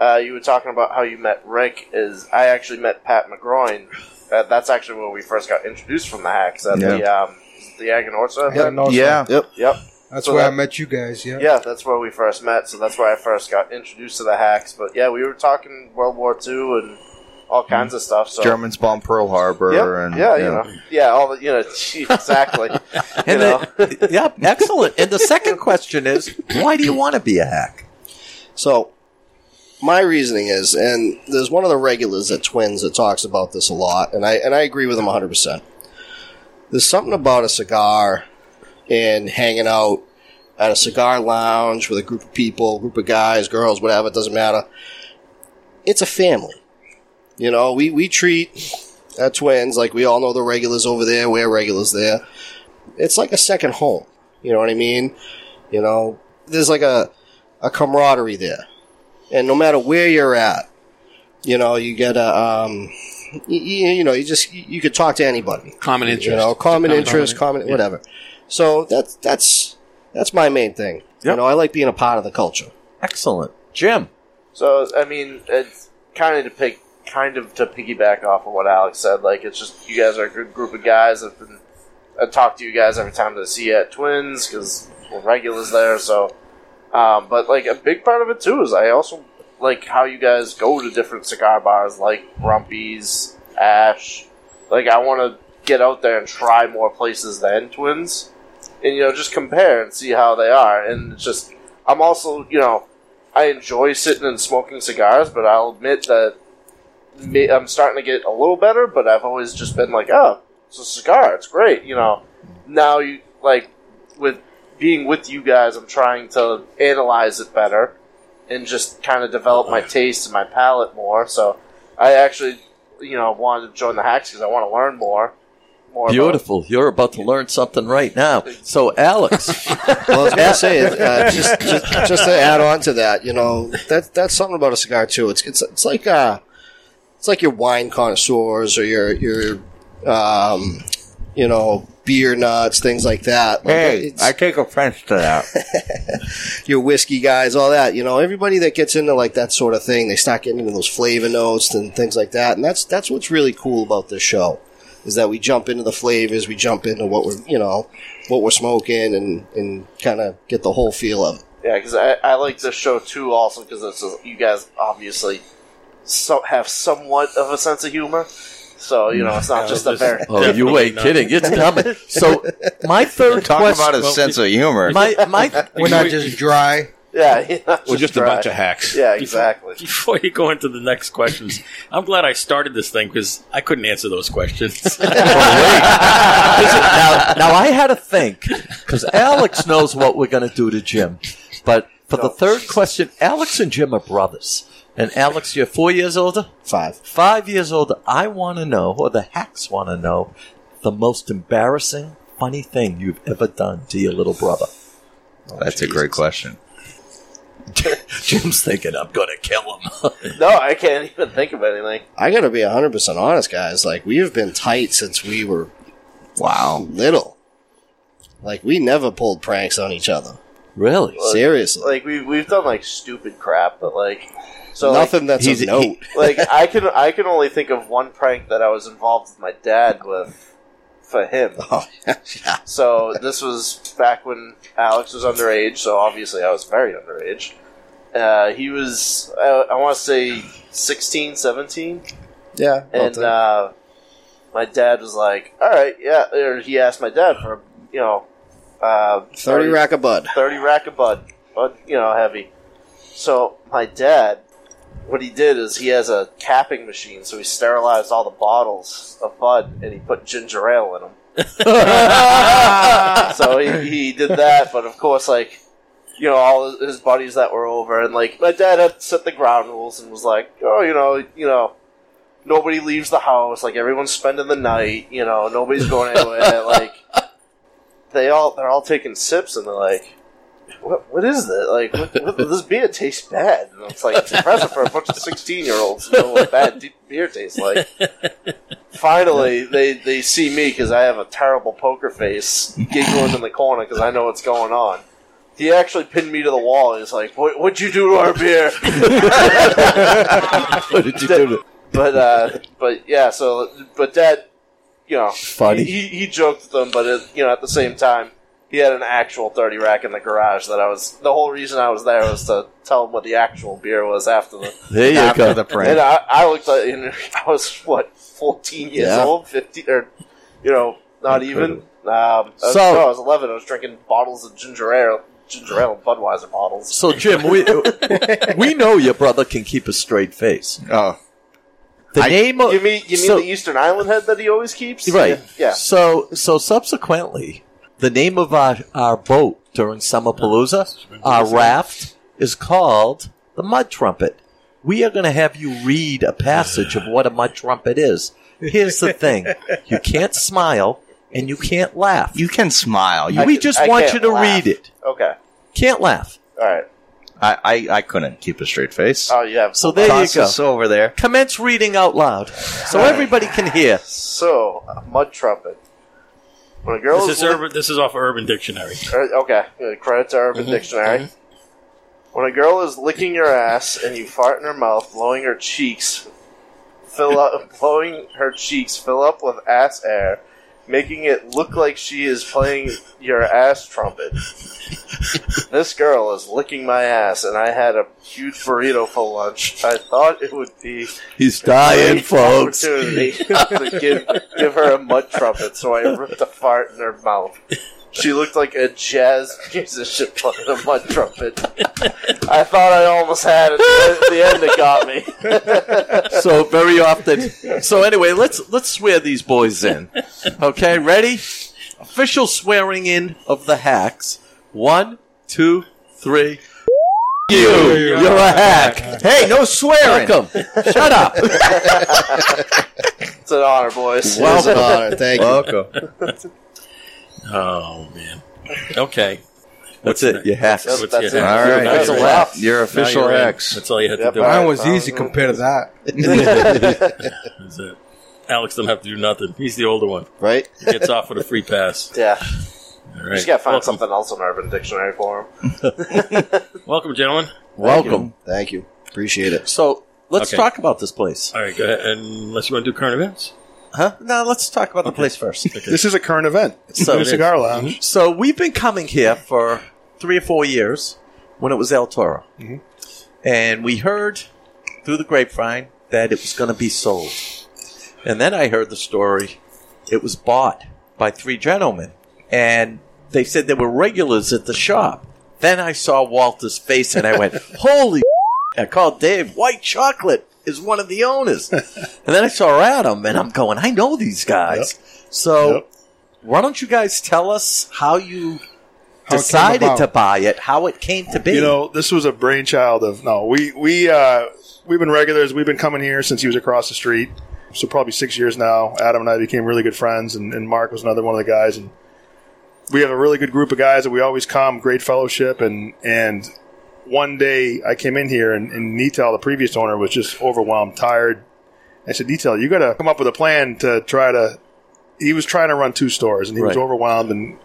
L: uh, you were talking about how you met Rick is I actually met Pat McGroin. Uh, that's actually where we first got introduced from the hacks at the
D: Yeah.
L: um, the Aganorsa.
D: Yeah, Aganorsa. Yeah.
M: Yep.
L: Yep.
D: That's
L: So
D: where I
L: that-
D: met you guys. Yeah.
L: Yeah, that's where we first met. So that's where I first got introduced to the hacks. But yeah, we were talking World War II and all kinds of stuff. So
F: Germans bombed Pearl Harbor,
L: Yep.
F: Mm-hmm. and
L: yeah,
F: you
L: you
F: know.
L: know, yeah, all the, you know, exactly. you
B: And
L: know,
B: the, yeah, excellent. And the second question is: Why do you want to be a hack?
M: So, my reasoning is, and there's one of the regulars at Twins that talks about this a lot, and I and I agree with him 100. percent There's something about a cigar and hanging out at a cigar lounge with a group of people, group of guys, girls, whatever. It doesn't matter. It's a family. You know, we we treat at Twins like we all know the regulars over there. We're regulars there. It's like a second home. You know what I mean? You know, there's like a a camaraderie there, and no matter where you're at, you know you get a um, you, you know you just you, you could talk to anybody.
E: Common
M: You
E: interest.
M: know, common
E: Common-
M: interest, common
E: yeah.
M: whatever. So that's that's that's my main thing. You know, I like being a part of the culture.
B: Excellent, Jim.
L: So I mean, it's kind of to pick, kind of to piggyback off of what Alex said. Like it's just you guys are a good group of guys. I've been I talk to you guys every time that I see you at Twins because we're regulars there. So, um, but like a big part of it too is I also like how you guys go to different cigar bars like Grumpy's, Ash. Like I want to get out there and try more places than Twins, and you know just compare and see how they are. And it's just I'm also you know I enjoy sitting and smoking cigars, but I'll admit that ma- I'm starting to get a little better. But I've always just been like, oh, it's a cigar, it's great, you know. Now you like with being with you guys, I'm trying to analyze it better and just kind of develop my taste and my palate more. So I actually, you know, wanted to join the hacks because I want to learn more. More about-
B: Beautiful. You're about to learn something right now. So, Alex,
M: well, I was going to say, uh, just, just just to add on to that, you know, that that's something about a cigar too. It's it's it's like uh, it's like your wine connoisseurs or your your um, you know, beer nuts, things like that. Like, it's-
F: take offense to that.
M: your whiskey guys, all that. You know, everybody that gets into like that sort of thing, they start getting into those flavor notes and things like that. And that's that's what's really cool about this show is that we jump into the flavors, we jump into what we're you know what we're smoking, and and kind of get the whole feel of it.
L: Yeah, because I, I like this show too, also because it's a, you guys obviously so have somewhat of a sense of humor. So you know, it's not
A: No,
L: just a
A: this-
L: very
B: oh, you ain't kidding. It's coming. So, my third
F: Talk
B: question.
F: about a sense of humor.
B: my my.
D: We're not just dry.
L: yeah, yeah,
E: We're just a
L: dry.
E: bunch of hacks.
L: Yeah, exactly.
A: Before you go into the next questions, I'm glad I started this thing because I couldn't answer those questions.
B: now, now I had to think because Alex knows what we're going to do to Jim. But for the third question, Alex and Jim are brothers. And Alex, you're four years older?
M: Five.
B: Five years older. I want to know, or the hacks want to know, the most embarrassing, funny thing you've ever done to your little brother.
L: Oh,
F: That's a great question.
B: Jim's thinking, I'm going to kill him.
L: No, I can't even think of anything.
M: I got to be hundred percent honest, guys. Like we have been tight since we were wow little. Like we never pulled pranks on each other.
B: really?
M: Seriously.
L: Like we we've done like stupid crap, but like so like,
M: Nothing that's
B: he's-
M: a note.
L: like I can I can only think of one prank that I was involved with my dad with for him.
M: Oh, yeah.
L: So this was back when Alex was underage. So obviously I was very underage. Uh, he was uh, I want to say 16, 17.
M: yeah.
L: and
M: nothing.
L: uh, my dad was like, "All right, yeah." Or he asked my dad for you know, uh,
M: 30 rack of Bud.
L: thirty rack of bud, bud, you know, heavy. So my dad, what he did is he has a capping machine, so he sterilized all the bottles of bud and he put ginger ale in them. so he, he did that, but of course, like you know, all his- his buddies that were over, and like my dad had set the ground rules and was like, oh, you know, you know, nobody leaves the house, like everyone's spending the night, you know, nobody's going anywhere, like they all they're all taking sips and they're like, what what is that? Like what, what, this beer tastes bad. And it's like it's impressive for a bunch of sixteen year olds to know what bad de- beer tastes like. Finally, they they see me because I have a terrible poker face, giggling in the corner because I know what's going on. He actually pinned me to the wall. He's like, what, "What'd you do to our beer?"
B: What did you do to-
L: But uh, but yeah, so but Dad, you know,
B: Funny.
L: He, he joked with them, but it, you know, at the same time, he had an actual thirty rack in the garage. That I was the whole reason I was there was to tell him what the actual beer was after the.
F: There you
L: after
F: go. The prank.
L: And I, I looked like and I was what fourteen years
F: Yeah.
L: old, fifteen or you know, not even. Um, I was-
B: So-
L: no, I was eleven. I was drinking bottles of ginger ale, ginger ale, and Budweiser bottles.
B: So Jim, we we know your brother can keep a straight face.
F: Oh,
B: the name of
L: You mean you mean
B: so-
L: the Eastern Island head that he always keeps?
B: right?
L: Yeah.
B: So so subsequently, the name of our our boat during Summerpalooza, our raft, is called the Mud Trumpet. We are going to have you read a passage of what a mud trumpet is. Here's the thing: you can't smile and you can't laugh.
F: You can smile.
L: I
B: we
L: can-
B: just
L: I
B: want
L: Oh, can't
B: you to
L: laugh.
B: read it.
L: Okay.
B: Can't laugh.
L: All right.
F: I, I, I couldn't keep a straight face.
L: Oh, you have.
B: So there you go.
F: Tassos over there.
B: Commence reading out loud so everybody can hear.
L: So, a mud trumpet. When a girl
A: This is,
L: is
A: urban, this is off of Urban Dictionary.
L: Er, Okay, uh, credit to Urban
A: Mm-hmm.
L: Dictionary. When a girl is licking your ass and you fart in her mouth, blowing her cheeks, fill up, blowing her cheeks fill up with ass air, making it look like she is playing your ass trumpet. this girl is licking my ass, and I had a huge burrito for lunch. I thought it would be
B: He's dying,
L: great
B: folks.
L: Opportunity to give, give her a mud trumpet, so I ripped a fart in her mouth. She looked like a jazz musician playing a mud trumpet. I thought I almost had it. but At the end, it got me.
B: so very often. So anyway, let's let's swear these boys in. Okay, ready? Official swearing in of the hacks. One, two, three. You, you're a hack.
F: Hey, no swearing.
B: Welcome. Shut up.
L: it's an honor, boys.
F: Welcome.
A: Oh man. Okay.
B: That's it. You hacked.
L: That's- that's it.
F: All right.
L: That's a
F: You're
L: wrap.
F: in. You're official
A: Now you're in.
F: X.
A: That's all you had
L: Yep.
A: to do.
D: Mine was easy compared to that.
A: That's it. Alex doesn't have to do nothing. He's the older one.
M: Right?
A: He gets off with a free pass.
L: Yeah.
A: All right.
L: Just gotta find something else on Urban Dictionary for him.
A: Welcome, gentlemen.
B: Welcome.
M: Thank you. Appreciate it.
B: So let's
A: Okay.
B: talk about this place.
A: All right, go ahead. Unless you want to do current events.
B: Huh? No, let's talk about the place first.
I: This is a current event. It's
B: So
I: the
B: it is.
I: cigar lounge.
B: So we've been coming here for three or four years when it was El Toro. And we heard through the grapevine that it was going to be sold. And then I heard the story it was bought by three gentlemen. And they said they were regulars at the shop. Then I saw Walter's face and I went, Holy! I called Dave, White Chocolate is one of the owners. and then I saw Adam and I'm going, I know these guys. So why don't you guys tell us how you
I: How it came
B: decided
I: about.
B: to buy it, how it came to be?
I: You know, this was a brainchild of no. We we uh, we've been regulars. We've been coming here since he was across the street, so probably six years now. Adam and I became really good friends, and, and Mark was another one of the guys. And we have a really good group of guys that we always come. Great fellowship, and and one day I came in here, and, and Netel, the previous owner, was just overwhelmed, tired. I said, Netel, you got to come up with a plan to try to. He was trying to run two stores, and he was
B: Right.
I: overwhelmed and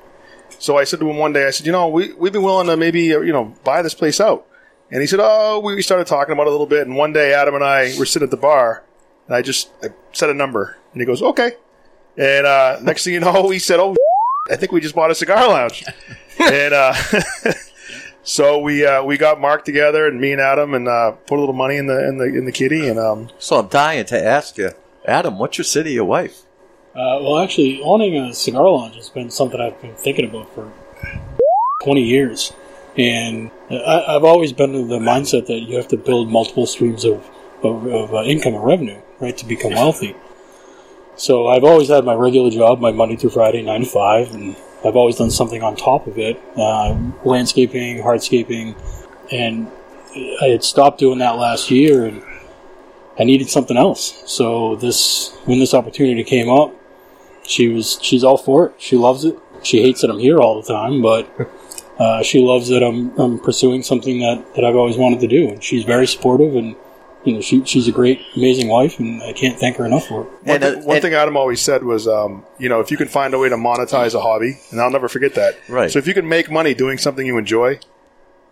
I: so I said to him one day, I said, you know, we, we've been willing to maybe, uh, you know, buy this place out. And he said, oh, we we started talking about it a little bit. And one day, Adam and I were sitting at the bar, and I just I said a number. And he goes, okay. And uh, next thing you know, he said, oh, I think we just bought a cigar lounge. and uh, so we uh, we got Mark together, and me and Adam, and uh, put a little money in the in the in the kitty, and um,
B: so I'm dying to ask you, Adam, what's your city of your wife?
K: Uh, well, actually, owning a cigar lounge has been something I've been thinking about for 20 years. And I, I've always been of the mindset that you have to build multiple streams of, of, of uh, income and revenue, right, to become wealthy. So I've always had my regular job, my Monday through Friday, 9 to 5, and I've always done something on top of it uh, landscaping, hardscaping. And I had stopped doing that last year and I needed something else. So this, when this opportunity came up, she was she's all for it. She loves it. She hates that I'm here all the time, but uh, she loves that I'm I'm pursuing something that, that I've always wanted to do. And she's very supportive, and you know she she's a great, amazing wife, and I can't thank her enough for it.
I: One,
B: uh,
I: thi- one thing Adam always said was, um, you know, if you can find a way to monetize a hobby, and I'll never forget that.
B: Right.
I: So if you can make money doing something you enjoy,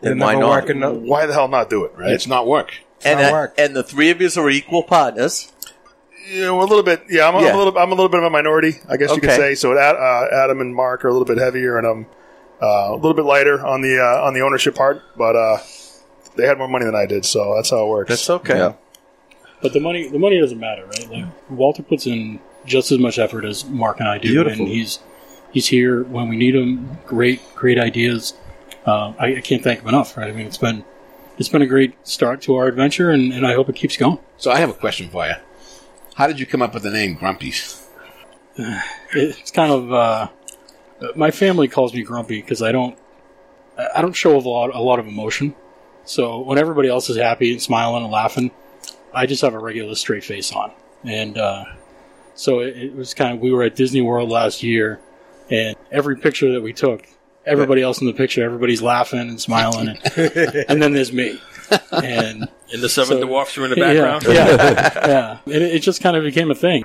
B: Then
I: then,
B: why
I: if I'm
B: not?
I: working up- why the hell not do it? Right?
B: It's
E: not work.
B: and
I: not
B: I- and the three of you are equal partners.
I: You know, a little bit. Yeah, I'm, a- I'm
B: Yeah.
I: a little. I'm a little bit of a minority, I guess you could
B: Okay.
I: say. So Ad, uh, Adam and Mark are a little bit heavier, and I'm uh, a little bit lighter on the uh, on the ownership part. But uh, they had more money than I did, so that's how it works. That's
B: okay.
K: But the money the money doesn't matter, right? Like Walter puts in just as much effort as Mark and I do,
B: Beautiful.
K: and he's he's here when we need him. Great, great ideas. Uh, I, I can't thank him enough, right? I mean, it's been it's been a great start to our adventure, and, and I hope it keeps going.
E: So I have a question for you. How did you come up with the name Grumpy's?
K: It's kind of uh, my family calls me grumpy because I don't I I don't show a lot a lot of emotion. So when everybody else is happy and smiling and laughing, I just have a regular straight face on. And uh, so it, it was kind of we were at Disney World last year, and every picture that we took, everybody else in the picture, everybody's laughing and smiling, and, and then there's me. And
A: And the seven
K: so-
A: dwarfs are in the
K: yeah,
A: background.
K: Yeah, yeah. And it, it just kind of became a thing.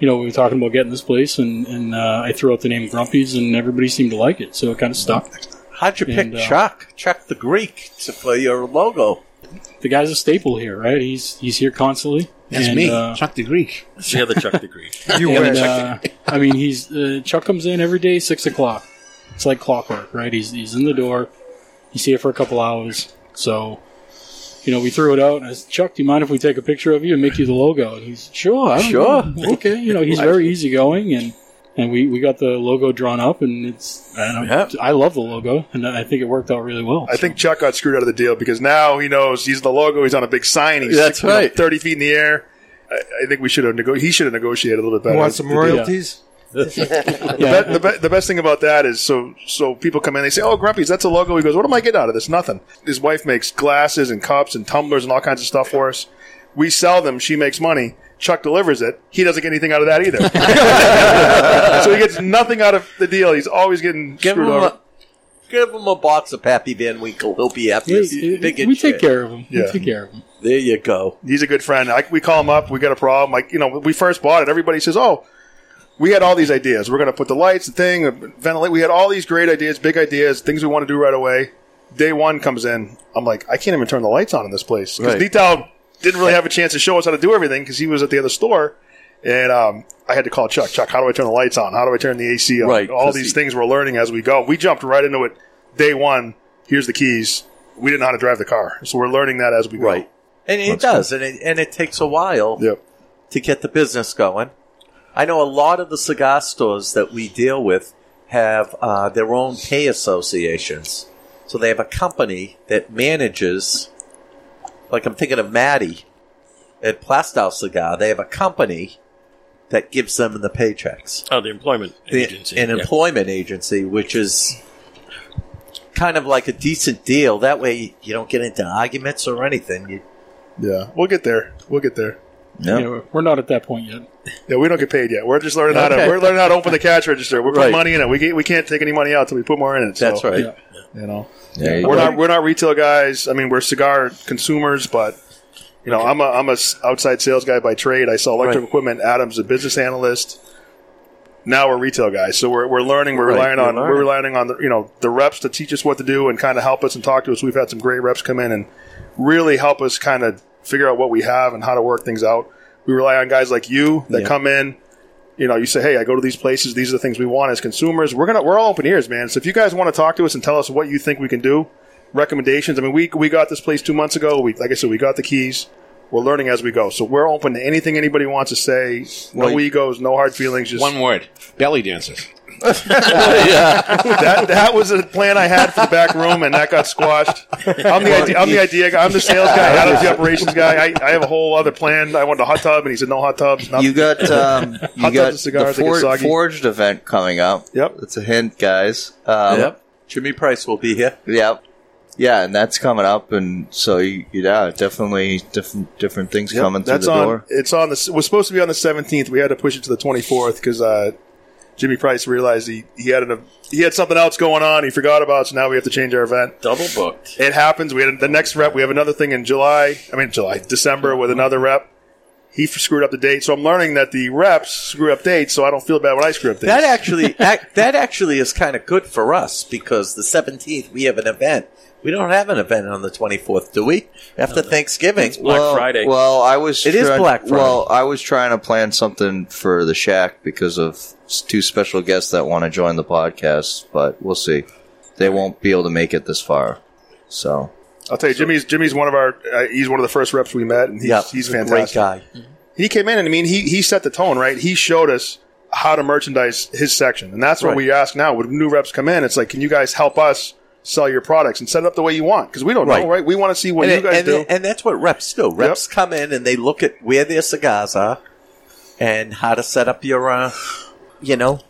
K: You know, we were talking about getting this place, and and uh, I threw out the name Grumpy's, and everybody seemed to like it, so it kind of stuck.
B: How'd you pick
K: And, uh,
B: Chuck? Chuck the Greek to play your logo.
K: The guy's a staple here, right? He's he's here constantly.
E: That's
K: And,
E: me,
K: uh,
E: Chuck the Greek.
A: It's the other Chuck the Greek.
K: You and, uh, I mean, he's uh, Chuck comes in every day six o'clock. It's like clockwork, right? He's he's in the door. He's here for a couple hours. So, you know, we threw it out and I said, Chuck, do you mind if we take a picture of you and make you the logo? And he's sure, I don't
B: Sure.
K: know. okay. You know, he's very easygoing and and we, we got the logo drawn up and it's I, don't, I love the logo and I think it worked out really well.
I: I think Chuck got screwed out of the deal because now he knows he's the logo. He's on a big sign. He's
B: That's
I: six- you know,
B: right.
I: thirty feet in the air. I, I think we should have nego- he should have negotiated a little bit better.
D: Want some
I: The- the-
D: royalties?
I: The, be- the, be- the best thing about that is so so people come in they say oh Grumpy's that's a logo he goes what am I getting out of this nothing his wife makes glasses and cups and tumblers and all kinds of stuff for us we sell them she makes money Chuck delivers it he doesn't get anything out of that either so he gets nothing out of the deal he's always getting
B: Give him
I: screwed over
B: a give him a box of Pappy Van Winkle. He'll be happy. as
I: We-
B: big
I: we
B: as
I: take
B: shit.
I: care of him. We Yeah. take
K: care of him.
B: There you go.
I: He's a good friend. Like we call him up, we got a problem. Like you know, when we first bought it. Everybody says, "Oh, we had all these ideas. We're going to put the lights, the thing, uh, ventilate. We had all these great ideas, big ideas, things we want to do right away." Day one comes in. I'm like, I can't even turn the lights on in this place because
B: Right.
I: Detail didn't really have a chance to show us how to do everything because he was at the other store, and um, I had to call Chuck. Chuck, how do I turn the lights on? How do I turn the AC on?
B: Right,
I: all
B: 'cause
I: these
B: he-
I: things we're learning as we go. We jumped right into it. Day one. Here's the keys. We didn't know how to drive the car, so we're learning that as we go. Right.
B: And it does, and it, and it takes a while to get the business going. I know a lot of the cigar stores that we deal with have uh, their own pay associations, so they have a company that manages. Like I'm thinking of Maddie at Plastow Cigar. They have a company that gives them the paychecks.
A: Oh, the employment
B: The-
A: agency.
B: an
A: yeah.
B: employment agency, which is kind of like a decent deal. That way, you don't get into arguments or anything. You,
I: Yeah, we'll get there. We'll get there.
K: Yeah, we're- we're not at that point yet.
I: Yeah, we don't get paid yet. We're just learning how
K: Okay.
I: to we're learning how to open the cash register. We're putting
K: Right.
I: money in it. We can't, we can't take any money out until we put more in it. So,
B: That's right. Yeah.
I: You know,
B: There you
I: we're
B: go.
I: not we're not retail guys. I mean, we're cigar consumers, but you know, I'm a I'm a s- outside sales guy by trade. I sell electric
B: Right.
I: equipment. Adam's a business analyst. Now we're retail guys, so we're, we're learning. We're
B: Right,
I: relying
B: you're
I: on
B: learning.
I: we're relying on the you know the reps to teach us what to do and kind of help us and talk to us. We've had some great reps come in and really help us kind of figure out what we have and how to work things out. We rely on guys like you that
B: Yeah.
I: come in. You know, you say, "Hey, I go to these places. These are the things we want as consumers. We're gonna we're all open ears, man. So if you guys want to talk to us and tell us what you think we can do, recommendations. I mean, we we got this place two months ago. We like I said, we got the keys. We're learning as we go, so we're open to anything anybody wants to say. No
E: Well, you-
I: egos, no hard feelings. Just
E: One word: belly dancers.
I: that that was a plan I had for the back room, and that got squashed. I'm the idea, I'm the idea guy. I'm the sales guy. Adam's the operations guy. I, I have a whole other plan. I wanted a hot tub, and he said no hot tubs. nothing.
F: You got um,
I: hot
F: you
I: tubs
F: got
I: and cigars.
F: the
I: they get
F: For-
I: soggy.
F: forged event coming up.
I: Yep,
F: it's a hint, guys. Um,
B: Yep. Jimmy Price will be here.
F: Yep. Yeah, and that's coming up, and so you, yeah, definitely different different things
I: Yep,
F: coming through
I: that's
F: the
I: on,
F: door.
I: It's on the. s- Was supposed to be on the 17th. We had to push it to the 24th because uh, Jimmy Price realized he he had an he had something else going on. He forgot about. So now we have to change our event.
B: Double booked.
I: It happens. We had the next rep. We have another thing in July. I mean July, December with another rep. He f- screwed up the date, so I'm learning that the reps screw up dates, so I don't feel bad when I screw up dates.
B: That actually ac- that actually is kind of good for us because the 17th we have an event. We don't have an event on the 24th, do we? After Thanksgiving,
F: well, Well, I was.
B: It is Black Friday.
F: Well, I was trying to plan something for the shack because of s- two special guests that want to join the podcast, but we'll see. They won't be able to make it this far, so
I: I'll tell you, Jimmy's Jimmy's one of our. Uh, he's one of the first reps we met, and he's, he's
F: great
I: fantastic.
B: guy.
I: He came in, and I mean, he he set the tone, right? He showed us how to merchandise his section, and that's what
B: Right.
I: we ask now. When new reps come in, it's like, can you guys help us sell your products and set it up the way you want? Because we don't
B: Right.
I: know, right? We want to see what
B: and,
I: you guys
B: and,
I: do.
B: and that's what reps do. Reps come in and they look at where their cigars are and how to set up your, uh, you know.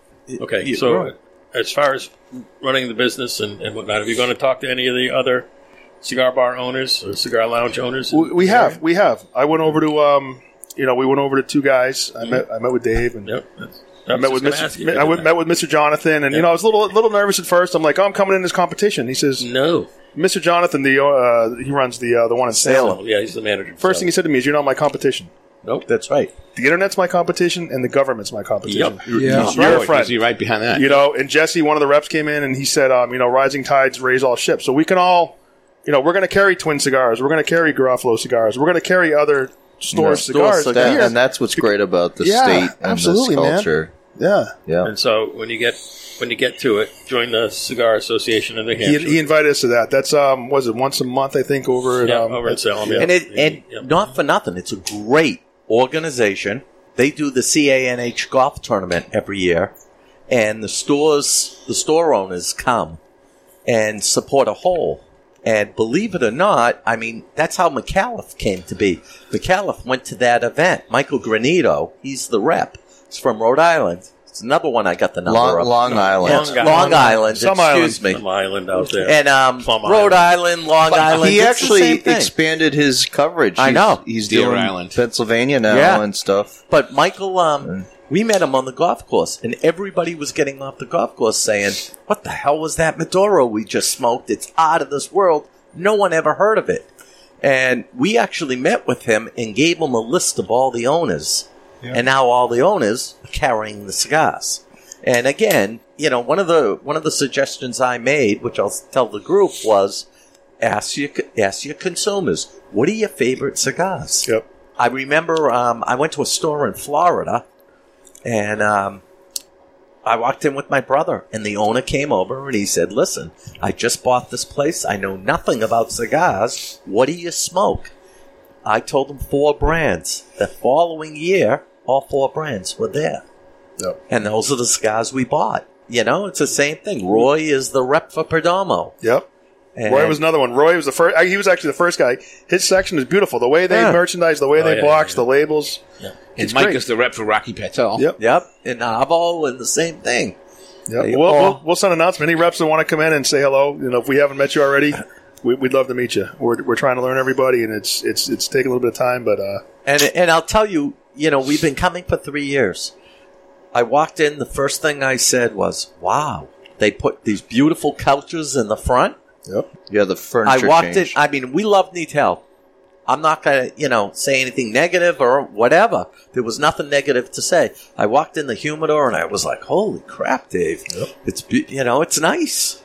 A: Okay,
B: you-
A: so
B: right.
A: as far as running the business and, and whatnot, have you going to talk to any of the other cigar bar owners or cigar lounge owners?
I: We, we have, we have. I went over to, um, you know, we went over to two guys.
A: Mm-hmm.
I: I met, I met with Dave, and I
A: was
I: met with
A: just gonna ask you
I: Mr.
A: if you
I: I
A: did
I: went- met with Mr. Jonathan, and you know, I was a little little nervous at first. I'm like, oh, I'm coming in this competition. He says,
A: No,
I: Mr. Jonathan, the uh, he runs the uh, the one in Salem.
A: Oh, yeah, he's the manager.
I: First thing he said to me is, "You're not my competition."
A: Nope,
B: that's right.
I: The internet's my competition, and the government's my competition.
E: Yep. Yeah. That's
I: you're
E: right.
I: a friend.
E: He's right behind that.
I: You know, and Jesse, one of the reps came in and he said, um, "You know, rising tides raise all ships." So we can all, you know, we're going to carry Twin cigars, we're going to carry Garofalo cigars, we're going to carry other store
F: Yeah.
I: cigars.
F: That-
I: here.
F: and that's what's great about the
I: Yeah,
F: state and
I: absolutely,
F: this
I: man.
F: culture.
I: Yeah,
F: yeah.
A: And so when you get when you get to it, join the Cigar Association of New
I: he,
A: Hampshire.
I: he invited us to that. That's um, was it once a month? I think over at
A: Yeah,
I: um,
A: over in Salem,
B: And it and not for nothing, it's a great organization. They do the CANH golf tournament every year, and the stores, the store owners come and support a whole. And believe it or not, I mean that's how McAuliffe came to be. McAuliffe went to that event. Michael Granito, he's the rep. It's from Rhode Island. It's another one I got the number
F: Long-
B: of.
F: Long
B: Yeah,
F: Island.
B: Long Island.
F: Some
B: excuse
F: island.
B: me.
A: Plum Island out there.
B: And um,
A: Plum
B: Rhode Island, Long
F: But
B: Island.
F: He
B: it's the
F: actually
B: same thing.
F: expanded his coverage.
B: I
F: He's-
B: know.
F: He's
B: Deer
F: doing
B: Island.
F: Pennsylvania now
B: Yeah.
F: and stuff.
B: But Michael, um, we met him on the golf course, and everybody was getting off the golf course saying, "What the hell was that Maduro we just smoked? It's out of this world. No one ever heard of it." And we actually met with him and gave him a list of all the owners, and now all the owners are carrying the cigars. And again, you know, one of the one of the suggestions I made, which I'll tell the group, was ask your ask your consumers what are your favorite cigars.
I: Yep.
B: I remember um, I went to a store in Florida, and um, I walked in with my brother, and the owner came over and he said, "Listen, I just bought this place. I know nothing about cigars. What do you smoke?" I told him four brands. The following year, all four brands were there. And those are the cigars we bought. You know, it's the same thing. Roy is the rep for Perdomo.
I: Yep.
B: And-
I: Roy was another one. Roy was the first. He was actually the first guy. His section is beautiful. The way they
B: Yeah.
I: merchandise, the way
B: Oh,
I: they
B: yeah,
I: box, the labels.
E: And
I: It's
E: Mike
I: great.
E: is the rep for Rocky Patel.
I: Yep.
B: Yep. And Avo and the same thing.
I: Yep.
B: They
I: We'll, we'll,
B: all-
I: we'll send an announcement. Any reps that want to come in and say hello, you know, if we haven't met you already, we, we'd love to meet you. We're, we're trying to learn everybody, and it's it's it's taking a little bit of time, but uh,
B: And and I'll tell you, you know, we've been coming for three years. I walked in. The first thing I said was, "Wow, they put these beautiful couches in the front."
I: Yep.
F: Yeah, the
B: I
F: furniture.
B: walked
F: changed.
B: in. I mean, we love Neatel. I'm not gonna, you know, say anything negative or whatever. There was nothing negative to say. I walked in the humidor and I was like, "Holy crap, Dave! It's be- you know, it's nice.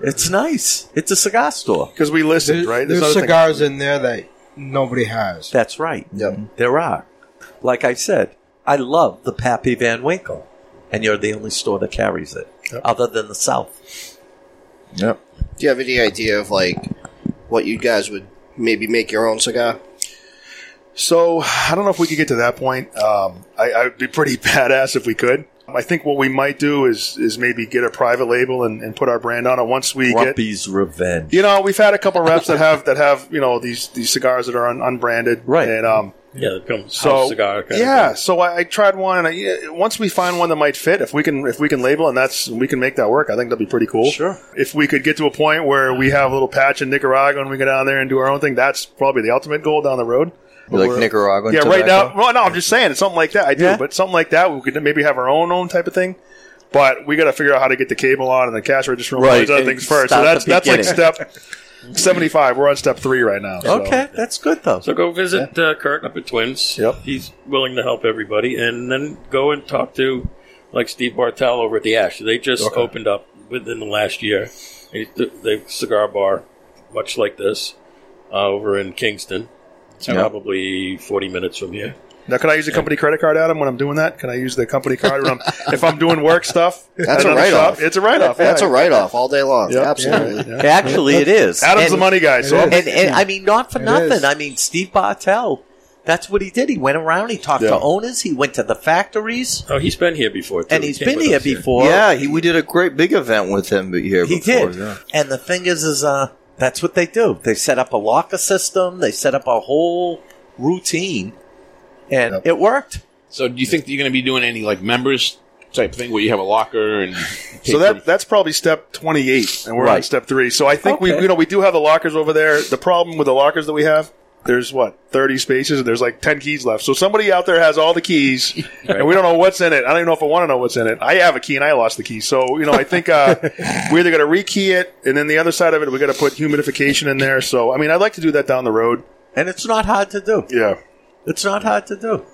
B: It's nice. It's a cigar store."
I: Because we listened, right?
D: There's cigars in there that nobody has.
B: That's right. There are. Like I said, I love the Pappy Van Winkle, and you're the only store that carries it, other than the South.
F: Yep.
M: Do you have any idea of like what you guys would maybe make your own cigar?
I: So I don't know if we could get to that point. Um, I, I'd be pretty badass if we could. I think what we might do is is maybe get a private label and, and put our brand on it once we get
B: Grumpy's Revenge.
I: you know, we've had a couple reps that have that have you know these these cigars that are un- unbranded, right? And um,
A: Yeah, the film
I: so
A: house cigar. Kind
I: yeah,
A: Of
I: so I, I tried one, and I, yeah, once we find one that might fit, if we can if we can label, and that's we can make that work. I think that'd be pretty cool. Sure. If we could get to a point where we have a little patch in Nicaragua and we go down there and do our own thing, that's probably the ultimate goal down the road.
F: You like
I: We're-
F: Nicaraguan
I: yeah, right
F: tobacco?
I: now. Well, no, I'm just saying it's something like that. I do, but something like that, we could maybe have our own own type of thing. But we got to figure out how to get the cable on and the cash register and all
B: Right,
I: these other
B: and
I: things first.
B: stop
I: So that's
B: the
I: that's like
B: beginning.
I: step seventy five. We're on step three right now. so.
B: Okay, that's good though.
A: So go visit uh, Kurt up at Twins.
I: Yep.
A: He's willing to help everybody. And then go and talk to, like, Steve Bartel over at the Ash. They just
I: Okay.
A: opened up within the last year. They- The cigar bar, much like this, uh, over in Kingston. It's
I: Yep.
A: probably 40 minutes from here.
I: Now, can I use a company credit card, Adam, when I'm doing that? Can I use the company card when I'm if I'm doing work stuff? at
M: That's a
I: another
M: write
I: shop?
M: off.
I: It's a write off.
M: That's a write off all day long.
I: Yep.
M: Absolutely.
I: Yeah,
B: Actually, it is.
I: Adam's
B: And-
I: the money guy. So
B: and, and I mean, not for
I: It
B: nothing.
I: is.
B: I mean, Steve Bartel. That's what he did. He went around. He talked
A: Yeah.
B: to owners. He went to the factories.
A: Oh, he's been here before, too.
B: And he's
A: He came
B: been
A: with
B: here
A: us
B: before.
F: yeah, he, we did a great big event with him here.
B: He
F: before,
B: did.
F: yeah.
B: And the thing is, is uh, that's what they do. They set up a locker system. They set up a whole routine, and it worked.
E: So, do you think that you're going to be doing any like members type thing where you have a locker and
I: So that that's probably step 28, and we're on
E: Right.
I: step three. So I think we
E: Okay.
I: you know we do have the lockers over there. The problem with the lockers that we have. There's what thirty spaces and there's like ten keys left. So somebody out there has all the keys, and we don't know what's in it. I don't even know if I want to know what's in it. I have a key and I lost the key, so you know I think uh, we either got to rekey it, and then the other side of it we got to put humidification in there. So I mean I'd like to do that down the road,
B: and it's not hard to do.
I: Yeah,
B: it's not hard to do.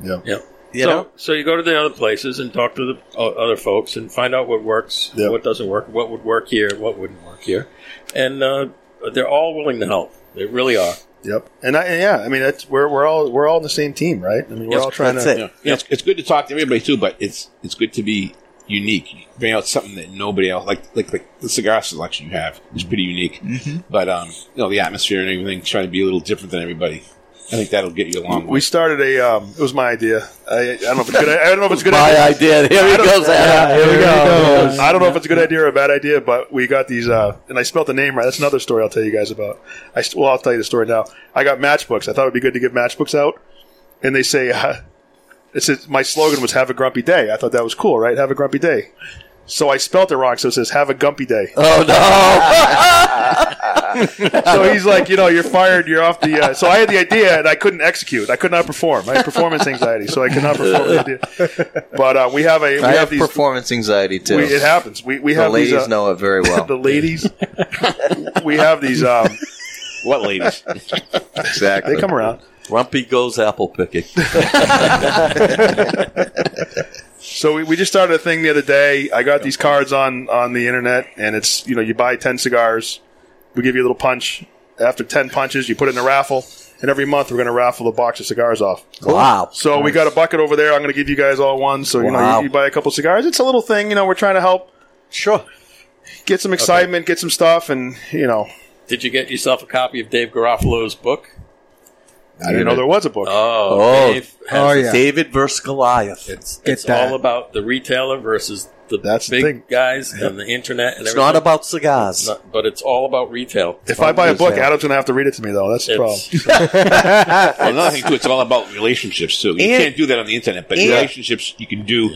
I: Yeah,
A: yeah.
B: You
A: so,
B: know?
A: so you go to the other places and talk to the o- other folks and find out what works,
I: Yeah.
A: what doesn't work, what would work here, what wouldn't work here, and uh, they're all willing to help. They really are.
I: Yep. And I and yeah, I mean that's we're we're all we're all in the same team, right? I mean we're all trying to.
E: Yeah. Yeah, It's, it's good to talk to everybody too, but it's it's good to be unique. You bring out something that nobody else like like, like the cigar selection you have is pretty unique.
F: Mm-hmm.
E: But um, you know the atmosphere and everything, trying to be a little different than everybody. I think that'll get you a long way.
I: We started a. Um, it was my idea. I, I don't know if it's good. I don't know if it's good.
E: My idea. Here he
I: I don't-
E: goes, Adam. Here he goes.
I: I don't know if it's a good idea or a bad idea, but we got these. Uh, and I spelled the name right. That's another story I'll tell you guys about. I st- well, I'll tell you the story now. I got matchbooks. I thought it'd be good to give matchbooks out, and they say uh, it says my slogan was "Have a grumpy day." I thought that was cool, right? Have a grumpy day. So I spelt it wrong. So it says "Have a gumpy day."
F: Oh
I: no! so he's like, you know, you're fired. You're off the. Uh, so I had the idea and I couldn't execute. I could not perform. I had performance anxiety, so I could not perform the idea. But uh, we have a. We
F: I
I: have,
F: have
I: these.
F: performance anxiety too.
I: we, it happens. We we
F: the
I: have
F: ladies
I: these, uh,
F: know it very well.
I: the ladies. we have these. Um,
E: what ladies?
F: exactly.
I: They come around.
B: Grumpy goes apple picking.
I: So we, we just started a thing the other day. I got these cards on on the internet, and it's you know you buy ten cigars, we give you a little punch. After ten punches, you put it in a raffle, and every month we're going to raffle a box of cigars off.
B: Wow.
I: So we got a bucket over there. I'm going to give you guys all one. So you know
B: Wow.
I: you, you buy a couple cigars. It's a little thing. You know we're trying to help.
B: Sure.
I: Get some excitement, get some stuff, and you know
A: Did you get yourself a copy of Dave Garofalo's book?
I: I didn't know there was a book.
A: Oh, Dave has
I: Oh,
A: a-
I: yeah.
B: David versus Goliath.
A: It's,
I: Get
A: it's
I: that.
A: all about the retailer versus the big guys and the internet. And
B: It's not
A: everything.
B: about cigars.
A: It's not- but it's all about retail.
I: If I buy a book, Adam's going to have to read it to me though. That's the problem.
E: Well, another thing too, it's all about relationships too. You
B: And-
E: can't do that on the internet, but
B: and-
E: relationships you can do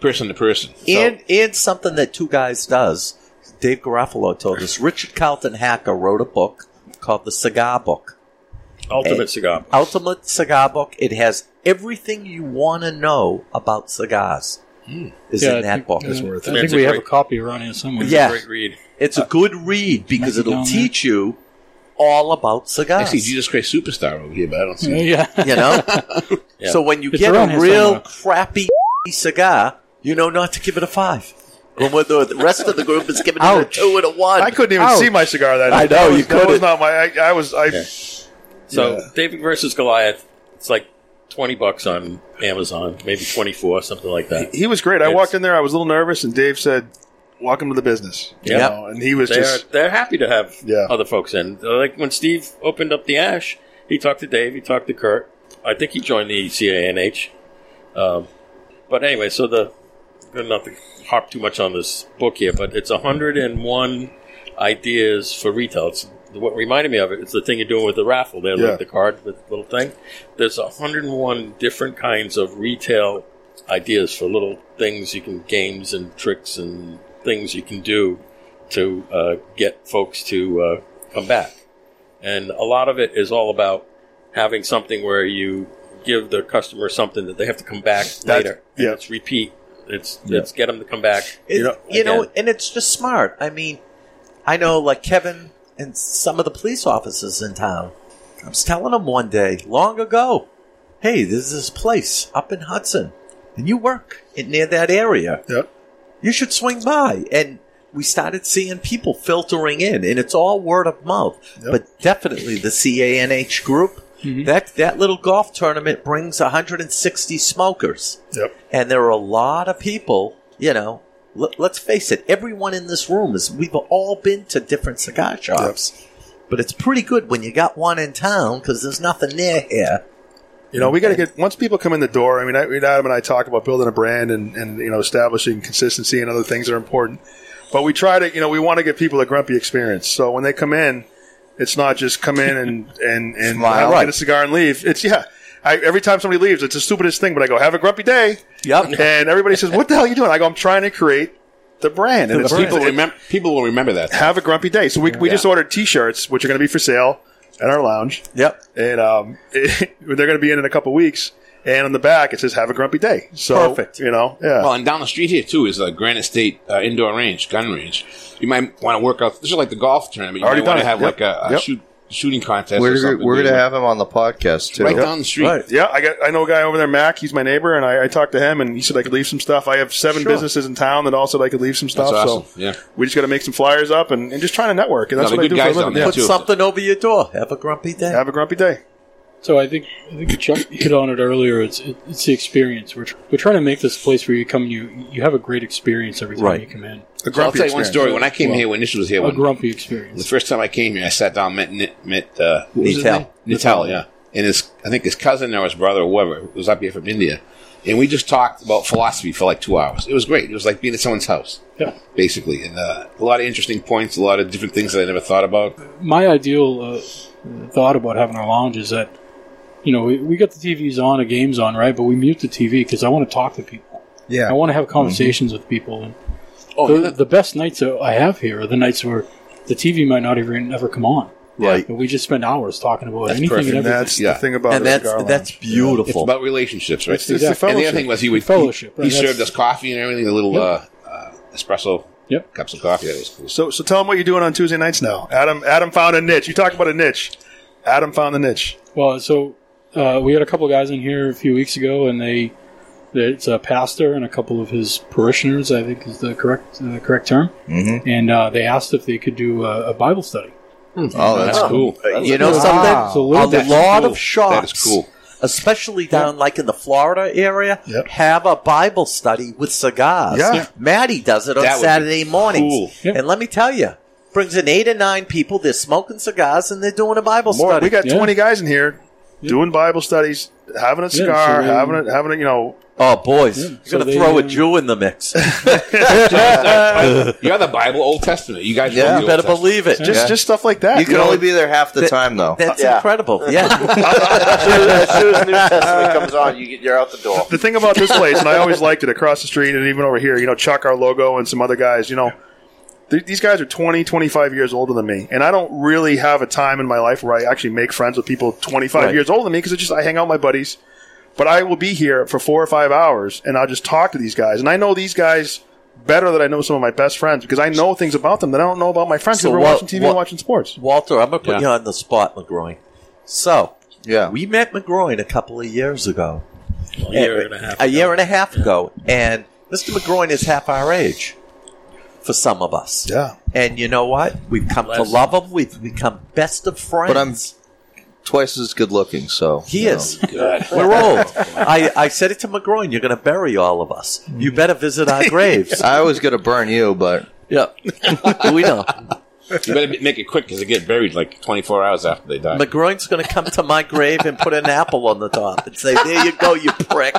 E: person to person.
B: and and something that two guys does. Dave Garofalo told us. Richard Carlton Hacker wrote a book called The Cigar Book.
A: Ultimate
B: And-
A: Cigar Book.
B: Ultimate Cigar Book. It has everything you want to know about cigars. Is
K: Yeah, I
B: in that
K: think- uh,
B: book.
K: I think we have a copy around here somewhere.
B: Yeah,
A: read.
B: It's a good read because
K: Might be
B: it'll
K: down there.
B: teach you all about
E: I
B: cigars.
E: see Jesus Christ Superstar over here, but I don't see. him.
K: Yeah.
B: you know.
E: Yeah.
B: So when you
E: It's
B: get
E: around
B: a
E: here
B: real
E: somewhere.
B: crappy cigar, you know not to give it a five. But when the the rest of the group is giving it a
I: Ouch.
B: two and a one,
I: I couldn't even see my cigar that.
B: I
I: night.
B: know,
I: That was,
B: you
I: That was
B: couldn't.
I: not my. I, I was. I.
A: So David versus Goliath, it's like twenty bucks on Amazon, maybe twenty four, something like that.
I: He was great. I walked in there. I was a little nervous, and Dave said, "Welcome to the business." You
A: Yeah.
I: know, and he was
A: they're,
I: just
A: they're happy to have other folks in. Like when Steve opened up the Ash, he talked to Dave, he talked to Kurt, I think he joined the CANH. Um, but anyway, so the good not to harp too much on this book here, but it's 101 ideas for retail. It's what reminded me of it. It's the thing you're doing with the raffle there,
N: Yeah.
A: like the card with the little thing. There's 101 different kinds of retail ideas for little things you can games and tricks and things you can do to uh, get folks to uh, come back. And a lot of it is all about having something where you give the customer something that they have to come back later.
I: yeah.
A: It's repeat. It's
B: Yeah.
A: it's get them to come back.
B: It- you know,
A: again.
B: and it's just smart. I mean, I know like Kevin and some of the police officers in town. I was telling them one day, long ago, hey, there's this place up in Hudson, and you work in near that area.
I: Yep.
B: You should swing by. And we started seeing people filtering in, and it's all word of mouth. But definitely the CANH group. That that little golf tournament brings 160 smokers.
I: Yep.
B: And there are a lot of people, you know, l- let's face it, everyone in this room is, we've all been to different cigar shops. But it's pretty good when you got one in town because there's nothing near here.
I: You know, we got to get once people come in the door. I mean, I, Adam and I talk about building a brand and, and you know establishing consistency and other things that are important. But we try to, you know, we want to give people a grumpy experience. So when they come in, it's not just come in and and and
B: Smile.
I: have, get a cigar and leave. It's yeah. I, every time somebody leaves, it's the stupidest thing. But I go, "Have a grumpy day."
B: Yep.
I: And everybody says, "What the hell are you doing?" I go, "I'm trying to create the brand." And
E: But
I: it's
E: people, remem- people will remember that.
I: have a grumpy day. So we, we
E: Yeah.
I: just ordered T-shirts, which are going to be for sale at our lounge.
B: Yep.
I: And um, they're going to be in in a couple weeks. And on the back, it says "Have a grumpy day." So
E: Perfect.
I: You know, yeah.
E: Well, and down the street here too is a Granite State uh, indoor range, gun range. You might want to work out. This is like the golf tournament. You
F: Already
E: might want to
F: done it.
E: have like
F: Yep.
E: a, a
F: Yep.
E: shoot, shooting contest. or
F: We're,
E: something.
F: we're going to have him on the podcast, too.
E: Right down the street.
I: Right. Yeah, I got I know a guy over there, Mac. He's my neighbor, and I, I talked to him, and he said I could leave some stuff. I have seven
E: Sure.
I: businesses in town that all said I could leave some
E: That's
I: stuff.
E: awesome.
I: So
E: Yeah.
I: we just got to make some flyers up and, and just trying to network. And that's
E: No,
I: what
E: they're
I: I
E: good
I: do for a
E: guys down
I: living.
E: there,
I: Put
E: too.
I: something-
B: Something over your door. Have a grumpy day.
I: Have a grumpy day.
K: So I think I think Chuck hit on it earlier. It's it, it's the experience. We're tr- we're trying to make this place where you come, you you have a great experience every time
E: Right.
K: you come in.
E: So I'll tell you one story. When I came here, when this was here,
K: a
E: when,
K: grumpy experience.
E: the first time I came here, I sat down, met Nit- met uh, who was his
K: Nitel.
E: name? Nitel, yeah, and his I think his cousin or his brother or whoever was up here from India, and we just talked about philosophy for like two hours. It was great. It was like being at someone's house,
K: Yeah.
E: basically, and uh, a lot of interesting points, a lot of different things that I never thought about.
K: my ideal uh, thought about having our lounge is that you know we, we got the TVs on, the games on, right? But we mute the TV because I want to talk to people.
D: Yeah.
K: I want to have conversations with people. And
E: Oh,
K: the, the best nights that I have here are the nights where the TV might not even ever come on.
E: Right.
K: But we just spend hours talking about anything and everything.
E: And It's about relationships, right?
K: It's- it's the
E: and the
K: fellowship.
E: other thing was he would
K: Fellowship,
E: He,
K: right,
E: he
K: that's-
E: served us coffee and everything, a little
I: Yep.
E: uh, uh, espresso cups of coffee. That was cool.
I: So so tell them what you're doing on Tuesday nights now. Adam Adam found a niche. You talk about a niche. Adam found the niche.
K: Well, so uh, we had a couple guys in here a few weeks ago, and they it's a pastor and a couple of his parishioners, I think is the correct uh, correct term, mm-hmm. and uh, they asked if they could do a, a Bible study.
B: Oh, that's
K: Wow.
B: cool.
K: That's
B: you know
K: cool.
B: something? Ah,
K: Wow. It's a little
B: A
K: bit
B: lot
K: cool.
B: of shops,
K: That is cool.
B: especially down like in the Florida area, have a Bible study with cigars.
I: Yeah. Yeah.
B: Maddie does it on
I: That would be
B: Saturday mornings.
I: cool.
B: And let me tell you, brings in eight or nine people. They're smoking cigars and they're doing a Bible
I: More,
B: study.
I: we got 20 guys in here doing Bible studies, having a
B: so
I: cigar,
B: we-
I: having a, having a, you know.
B: Oh, boys, you're
I: So
B: gonna
I: they,
B: throw a
I: um,
B: Jew in the mix.
E: you have the Bible, Old Testament. You guys,
B: Yeah,
E: love the
B: you
E: Old
B: better
E: Testament.
B: believe it.
I: Just,
B: Yeah.
I: just stuff like that.
F: You can
I: know?
F: only be there half the
B: That-
F: time, though.
B: That's
L: Yeah.
B: incredible. Yeah.
L: as soon as New Testament comes on, you get, you're out the door.
I: the thing about this place, and I always liked it across the street and even over here, you know, Chuck, our logo, and some other guys, you know, th- these guys are 20, 25 years older than me. And I don't really have a time in my life where I actually make friends with people 25
N: Right.
I: years older than me because it's just I hang out with my buddies. But I will be here for four or five hours and I'll just talk to these guys. And I know these guys better than I know some of my best friends because I know things about them that I don't know about my friends who
B: So
I: are
B: Wal-
I: watching TV
B: Wal-
I: and watching sports.
B: Walter, I'm going to put
I: Yeah.
B: you on the spot, McGroin. So, yeah, we met McGroin a couple of years ago.
A: A year and a half
B: A year and a half ago. And Mr. McGroin is half our age for some of us.
I: Yeah.
B: And you know what? We've come to love him. We've become best of friends.
F: But I'm twice as good looking, so.
B: He
F: you
B: is.
F: know.
B: We're old. I, I said it to McGroin. You're going to bury all of us. You better visit our graves.
F: I was going to burn you, but.
B: Yeah. we know.
E: You better be- make it quick because they get buried like 24 hours after they die.
B: McGroin's going to come to my grave and put an apple on the top and say, "There you go, you prick."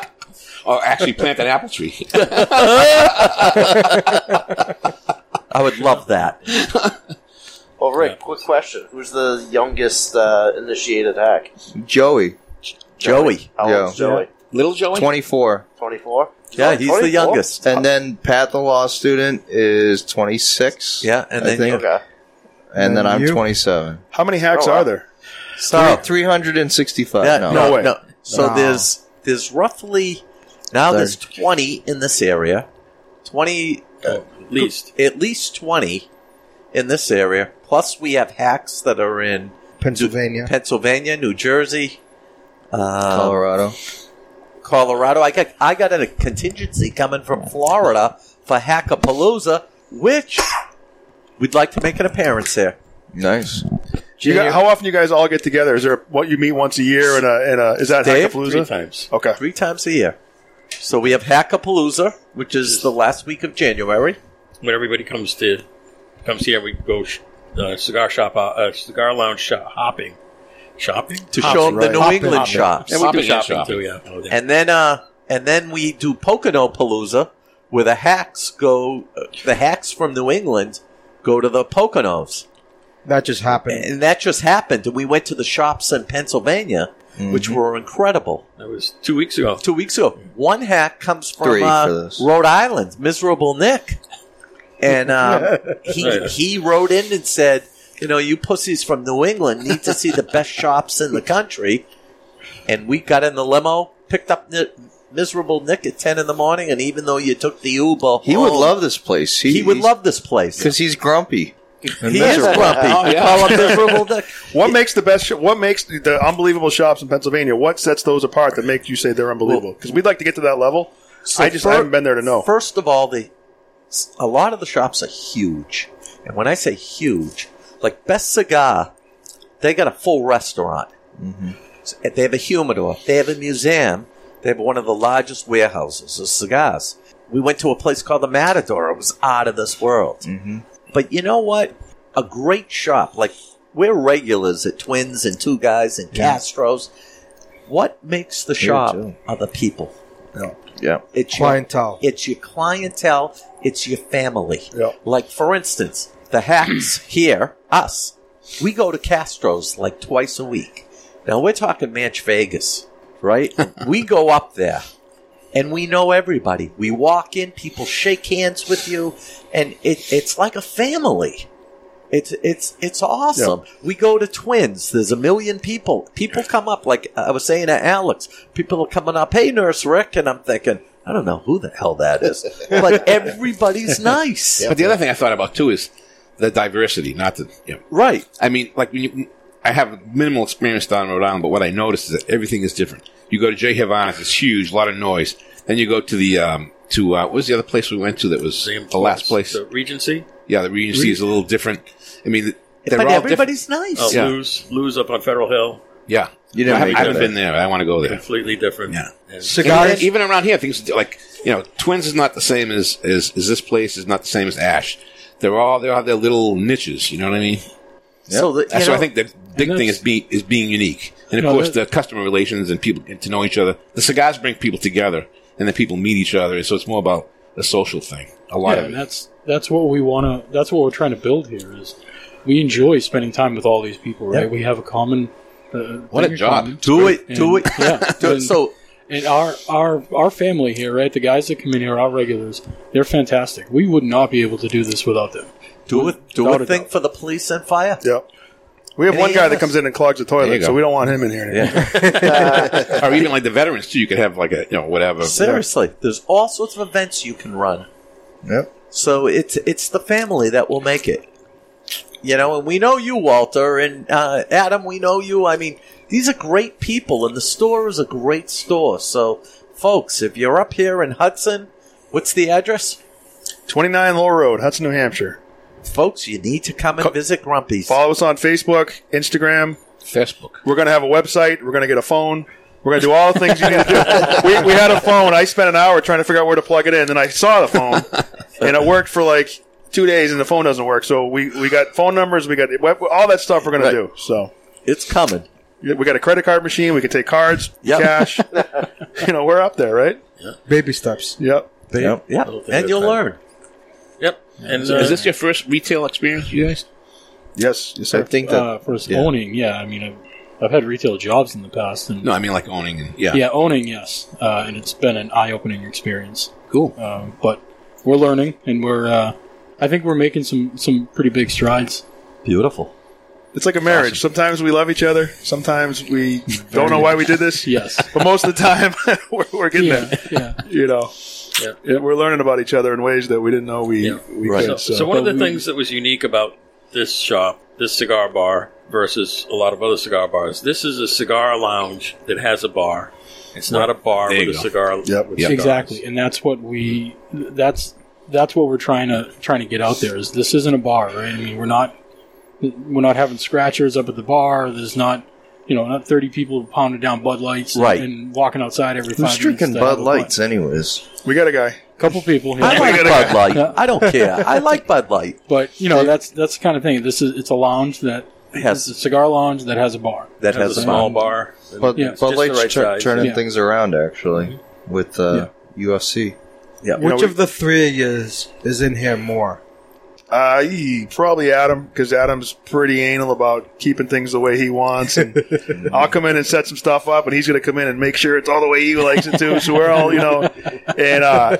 E: Or actually plant an apple tree.
B: I would love that.
L: Well, Rick, quick question: Who's the youngest uh, initiated hack?
F: Joey.
L: Joey. How
F: Yeah.
L: old's Joey?
E: Little Joey.
F: Twenty-four.
L: Twenty-four.
F: And then Pat, the law student, is 26.
B: Yeah, and then you- Okay.
F: And then
I: And
F: I'm
I: you?
F: 27.
I: How many hacks
F: Oh, wow.
I: are there?
F: Three- 365.
B: Yeah,
F: no,
B: no, no. So there's there's roughly now there's twenty in this area, twenty at least at least twenty in this area. Plus we have hacks that are in
M: Pennsylvania,
B: Pennsylvania, New Jersey, uh,
F: Colorado,
B: Colorado. I got I got a contingency coming from Florida for Hackapalooza, which we'd like to make an appearance there.
F: Nice.
I: You got- how often you guys all get together? Is there what you meet once a year? And a, and a is that
B: Dave?
I: Hackapalooza?
B: Three times.
I: Okay,
B: three times a year. So we have Hackapalooza, which is the last week of January.
A: When everybody comes to comes here, we go sh- uh, cigar shop, uh, uh, cigar lounge shop, hopping, shopping
B: to show them the New England shops.
A: and we do shopping, too. Yeah, Oh, yeah.
B: And then, uh, and then we do Pocono Palooza, where the hacks go. uh, the hacks from New England go to the Poconos,
N: That just happened.
B: and that just happened. And we went to the shops in Pennsylvania,
A: Mm-hmm.
B: which were incredible.
A: That was two weeks ago.
B: Two weeks ago, one hack comes from
A: Three for
B: uh,
A: this.
B: Rhode Island, miserable Nick, and um, he
A: Yeah.
B: he wrote in and said, "You know, you pussies from New England need to see the best shops in the country." and we got in the limo, picked up Ni- miserable Nick at ten in the morning, and even though you took the Uber,
F: He would
B: home,
F: love this place. He,
B: would love this place
F: because he's grumpy. and
B: He is
F: miserable.
B: grumpy.
I: Oh,
B: I
I: yeah.
B: call him miserable Nick.
I: What makes the best? Sho- what makes the- the unbelievable shops in Pennsylvania? What sets those apart that make you say they're unbelievable? Because we'd like to get to that level.
B: So
I: I just
B: fir-
I: haven't been there to know.
B: First of all, the a lot of the shops are huge, and when I say huge, like Best Cigar, they got a full restaurant.
F: Mm-hmm.
B: And They have a humidor. They have a museum. They have one of the largest warehouses of cigars. We went to a place called the Matador. It was out of this world. Mm-hmm. But you know what? A great shop. Like, we're regulars at Twins and Two Guys and
F: Yeah.
B: Castro's. What makes the
F: Here,
B: shop
F: too.
B: are the people.
F: Yeah.
B: It's your- it's your clientele. It's your family. Like for instance, the hacks here, us, we go to Castro's like twice a week. Now we're talking Manch Vegas, right? we go up there, and we know everybody. We walk in, people shake hands with you, and it, it's like a family. It's it's it's awesome. We go to Twins. There's a million people. People come up, like I was saying to Alex. People are coming up. Hey, Nurse Rick, and I'm thinking, I don't know who the hell that is, but everybody's nice.
E: But the other thing I thought about too is the diversity, not the you know,
B: right.
E: I mean, like when you, I have minimal experience down in Rhode Island, but what I noticed is that everything is different. You go to Jay Havana's, it's huge, a lot of noise. Then you go to the um, to uh, what was the other place we went to that was the last place?
A: The Regency.
E: yeah, the Regency is a little different. I mean, they're
A: But
E: all
A: everybody's
E: different.
A: Oh,
E: Yeah.
A: Lou's, Lou's up on Federal Hill.
E: Yeah.
A: You didn't
E: I haven't,
A: make
E: I haven't
A: it.
E: been there. I want to go there.
A: Completely different.
E: Yeah.
A: And-
E: Cigars? Even, even around here, things like you know, Twins is not the same as as, as this place is not the same as Ash. They're all they all have their little niches. You know what I mean?
B: So the-
E: That's
B: you
E: why I
B: know-
E: think the big
B: And
E: thing
B: that's-
E: is being is being unique, and of
B: No,
E: course
B: that-
E: the customer relations and people get to know each other. The cigars bring people together, and then people meet each other. So it's more about a social thing. A lot
K: yeah,
E: of
K: and
E: it.
K: that's that's what we want to. That's what we're trying to build here. Is we enjoy spending time with all these people, right?
B: Yeah.
K: We have a common. Uh,
E: What a
K: thing in
E: job.
K: common.
B: Do it, do it.
K: Yeah.
B: Do it. So-
K: and our our our family here, right? The guys that come in here, our regulars, they're fantastic. We would not be able to do this without them.
B: Do it. Do
K: Without
B: a thing for the police and fire.
I: Yep. We have
B: Any
I: one guy
B: of
I: that
B: us?
I: comes in and clogs the
E: There you
I: toilet,
E: go.
I: so we don't want him in here. Anymore.
E: or even like the veterans too. You could have like a you know whatever.
B: Seriously, there's all sorts of events you can run.
E: Yep.
B: So it's it's the family that will make it. You know, and we know you, Walter, and uh, Adam. We know you. I mean, these are great people, and the store is a great store. So, folks, if you're up here in Hudson, what's the address?
I: Twenty nine Law Road, Hudson, New Hampshire.
B: Folks, you need to come and visit Grumpy's.
I: Follow us on Facebook, Instagram,
E: Facebook.
I: We're going to have a website. We're going to get a phone. We're going to do all the things you need to do. We, we had a phone. I spent an hour trying to figure out where to plug it in, and I saw the phone, and it worked for like two days and the phone doesn't work. So we, we got phone numbers, we got web- all that stuff we're going
B: Right.
I: to do. So
B: it's coming.
I: We got a credit card machine. We can take cards, cash. you know, we're up there, right?
D: Baby steps.
I: Yep.
B: Yep. Yep.
E: And you'll
B: learn.
A: Yep. And
E: So is this your first retail experience, you guys?
I: Yes, yes,
E: sir.
K: I think that uh, for us
E: yeah.
K: owning, yeah. I mean, I've, I've had retail jobs in the past, and
E: No, I mean like owning and yeah.
K: yeah, owning, yes, uh, and it's been an eye-opening experience.
E: Cool.
K: Um, but we're learning, and we're, uh, I think we're making some some pretty big strides.
B: Beautiful.
I: It's like a marriage. Sometimes we love each other. Sometimes we don't know why we did this.
K: yes.
I: But most of the time, we're, we're getting there.
B: Mm-hmm.
K: Yeah.
I: You know,
A: Yeah.
I: Yeah, we're learning about each other in ways that we didn't know we, uh, we
A: So,
I: could.
A: so one of the things that was unique about this shop, this cigar bar, versus a lot of other cigar bars, this is a cigar lounge that has a bar. It's not a bar
E: There
A: with
E: you
A: a
E: go.
A: cigar. with cigars.
K: Exactly, and that's what we that's that's what we're trying to trying to get out there. Is this isn't a bar, right? I mean, we're not we're not having scratchers up at the bar. There's not you know not thirty people pounding down Bud Lights and,
F: Right.
K: and walking outside every
F: Who's
K: five minutes
F: drinking
K: to have
F: Bud
K: a bun.
F: Lights, anyways?
I: We got a guy.
K: Couple people.
F: I like Bud Light.
K: Yeah.
F: I don't care. I like Bud Light.
K: But you know that's that's the kind of thing. This is it's a lounge that
F: Has-
K: it's a cigar lounge that has a bar
F: That has,
K: And-
F: a bar.
A: bar.
F: But,
K: Yeah.
F: but
K: Just
F: Light's
K: the right
F: tur-
K: size,
F: turning
K: yeah.
F: things around actually with uh, UFC.
B: Yeah.
D: Which of the three is is in here more?
I: Uh, he- probably Adam, because Adam's pretty anal about keeping things the way he wants. And I'll come in and set some stuff up, and he's going to come in and make sure it's all the way he likes it too. So we're all, you know, and uh,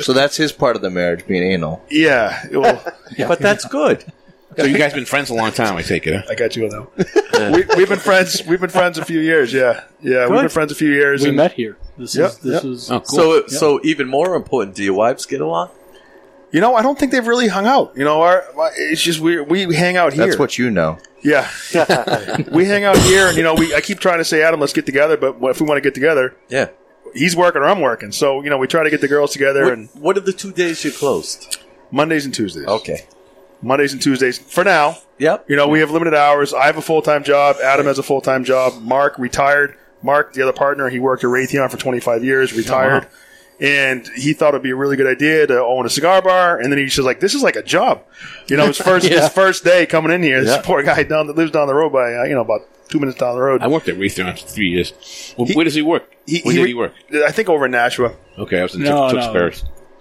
F: So that's his part of the marriage being anal.
I: yeah, well,
F: But that's good.
E: So you guys been friends a long time, I take it. Huh?
I: I got you though. we, we've been friends. We've been friends a few years. Yeah, yeah, we've
B: Good.
I: been friends a few years.
K: We
I: and-
K: met here. This
I: Yep,
K: is this
I: yep.
K: is
B: Oh, So so even more important, do your wives get along?
I: You know, I don't think they've really hung out. You know, our my- it's just we we hang out here.
F: That's what you know.
I: Yeah, we hang out here, and you know, we I keep trying to say, Adam, let's get together. But if we want to get together,
B: Yeah.
I: he's working or I'm working. So you know, we try to get the girls together.
B: What,
I: and
B: what are the two days you closed?
I: Mondays and Tuesdays.
B: Okay.
I: Mondays and Tuesdays for now.
B: Yep.
I: You know, we have limited hours. I have a full time job. Adam has a full time job. Mark retired. Mark, the other partner, he worked at Raytheon for 25 years, retired.
B: Uh-huh.
I: And he thought it'd be a really good idea to own a cigar bar, and then he's just like, "This is like a job," you know. His first
E: Yeah.
I: his first day coming in here, this
E: Yeah.
I: poor guy down that lives down the road by uh, you know about two minutes down the road.
E: I worked at Raytheon for three years. Well, where does he work? where did he work?
I: I think over in Nashua.
E: Okay, I was in
I: No,
E: no,
I: no.
E: Tewksbury.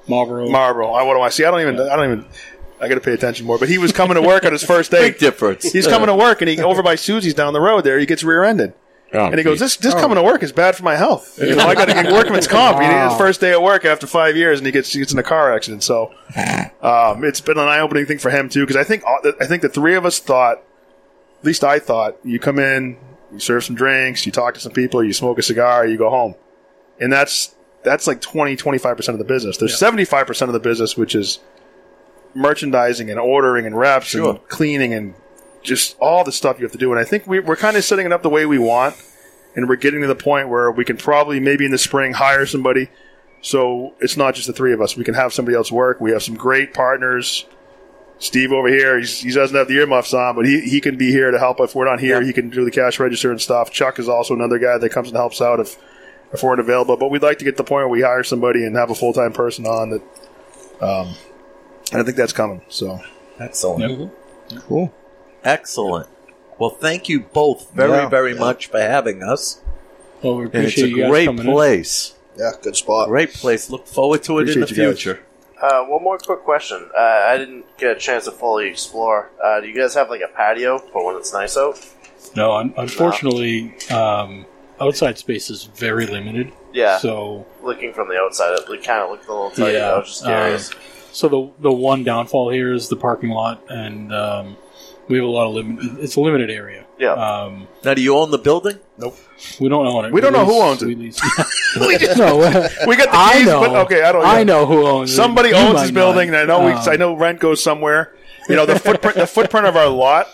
K: Marlboro.
I: Marlboro. I, what do I see? I don't even. I don't even. I got to pay attention more. But he was coming to work on his first day.
B: Big difference.
I: He's coming to work, and he over by Susie's down the road. There, he gets rear-ended,
E: Oh,
I: and he goes,
E: geez.
I: "This this coming to work is bad for my health. You know, I got to get workman's comp. He His first day at work after five years, and he gets he gets in a car accident. So, um, it's been an eye-opening thing for him too. Because I think all- I think the three of us thought, at least I thought, you come in, you serve some drinks, you talk to some people, you smoke a cigar, you go home, and that's that's like 20 25 percent of the business. There's seventy five percent of the business which is merchandising and ordering and reps
B: Sure.
I: and cleaning and just all the stuff you have to do. And I think we, we're kind of setting it up the way we want, and we're getting to the point where we can probably maybe in the spring hire somebody. So it's not just the three of us. We can have somebody else work. We have some great partners. Steve over here, he's, he doesn't have the earmuffs on, but he, he can be here to help if we're not here. He can do the cash register and stuff. Chuck is also another guy that comes and helps out if if we're not available. But we'd like to get to the point where we hire somebody and have a full time person on that. Um, and I think that's coming. So
B: Excellent.
F: Cool.
B: Excellent. Well, thank you both very,
M: Yeah.
B: very much for having us.
K: Well, we
B: And it's
K: appreciate
B: a
K: you guys
B: great
K: coming in.
B: place.
M: Yeah, good spot.
B: Great place. Look forward to it in the
I: Appreciate you guys.
B: future.
L: Uh, one more quick question. Uh, I didn't get a chance to fully explore. Uh, do you guys have like a patio for when it's nice out?
K: No, un- unfortunately, um, outside space is very limited.
L: Yeah.
K: So
L: Looking from the outside, it kind of looked a little tight.
K: yeah.
L: I was just curious.
K: um, so the the one downfall here is the parking lot, and um, we have a lot of limited. It's a limited area.
L: Yeah.
K: Um,
B: Now, do you own the building?
I: Nope.
K: We don't own it.
I: We don't know who owns it.
K: We, lease.
I: We just-
K: no,
I: we got the
K: I
I: keys,
K: know.
I: but okay, I don't.
K: I know who owns it.
I: Somebody
K: You
I: owns
K: might
I: this building,
K: not.
I: and I know we,
K: Um,
I: I know rent goes somewhere. You know the footprint. the footprint of our lot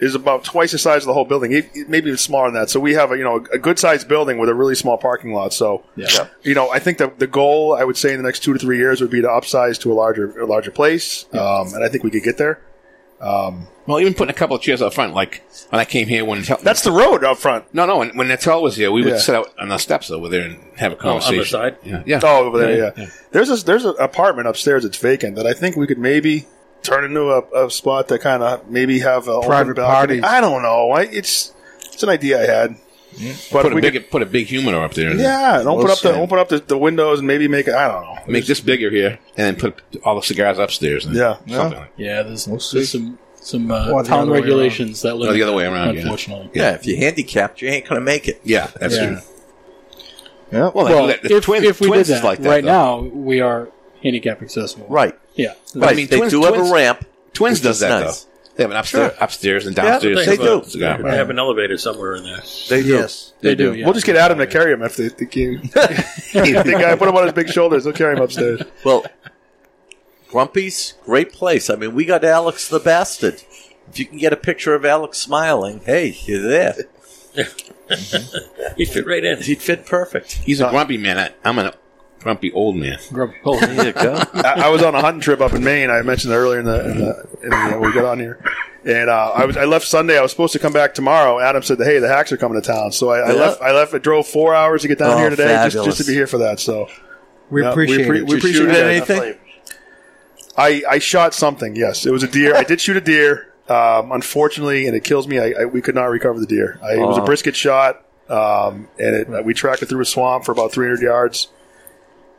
I: is about twice the size of the whole building, e- e- maybe even smaller than that. So we have a you know a good sized building with a really small parking lot. So
K: Yeah.
I: you know I think the the goal I would say in the next two to three years would be to upsize to a larger a larger place, um, and I think we could get there. Um,
E: Well, even putting a couple of chairs out front, like when I came here, when Natal,
I: that's the road out front.
E: No, no. When, when Natal was here, we would
I: Yeah.
E: sit out on the steps over there and have a
I: Oh, on the
E: conversation.
I: side?
E: yeah, yeah.
I: Oh, over there, yeah.
E: yeah.
I: There's a, there's an apartment upstairs that's vacant that I think we could maybe turn into a, a spot that kind of maybe have a
D: Private
I: balcony.
D: parties.
I: I don't know. I, it's it's an idea I had. But
E: put
I: if
E: a
I: we
E: big put a big humidor up there.
I: Yeah, and open up the
E: Listen.
I: open up the, the windows and maybe make it. I don't know.
E: Make this bigger here, and then put all the cigars upstairs. And
I: Yeah.
E: something like
K: Yeah, there's, there's some some uh,
E: Or the
K: town
E: other way
K: regulations that limit
E: Oh, the other way
K: that,
E: around, yeah.
K: Unfortunately,
B: Yeah, if you're handicapped, you ain't gonna make it.
E: Yeah,
K: that's Yeah. true.
B: Yeah.
K: Well,
B: Well, they do that. The
K: if,
B: twins,
K: if we
B: twins
K: did
B: is
K: that,
B: like that
K: right
B: though.
K: now, we are handicap accessible.
B: Right.
K: Yeah.
E: But I mean, twins, twins- Twins
K: which
E: does
K: is
E: that
K: nice.
E: though. They have an upstairs,
K: Sure.
E: upstairs and
K: Yeah,
E: downstairs.
K: they do.
E: for cigar.
A: They have an elevator somewhere in there.
B: They do. Yes,
E: they do, yeah.
I: We'll just get Adam to carry him if they, they can. the guy put him on his big shoulders. He'll carry him upstairs.
B: Well, Grumpy's great place. I mean, we got Alex the bastard. If you can get a picture of Alex smiling, hey, you're there.
A: He fit right in.
B: He'd fit perfect.
E: He's a grumpy man. I, I'm a grumpy old man.
K: Grumpy
E: old man.
B: There you go.
I: I, I was on a hunting trip up in Maine. I mentioned that earlier in the, in the, in the when we got on here. And uh, I was I left Sunday. I was supposed to come back tomorrow. Adam said, "Hey, the hacks are coming to town." So I, I
D: Yeah.
I: left. I left. I drove four hours to get down
D: Oh,
I: here today just,
D: fabulous.
I: just to be here for that. So
D: We
I: No,
D: appreciate
I: appre-
D: it.
I: We appreciate you guys. I, I shot something. Yes, it was a deer. I did shoot a deer. Um, unfortunately, and it kills me. I, I, we could not recover the deer. I, It was a
D: Oh.
I: brisket shot, um, and it, we tracked it through a swamp for about 300 yards.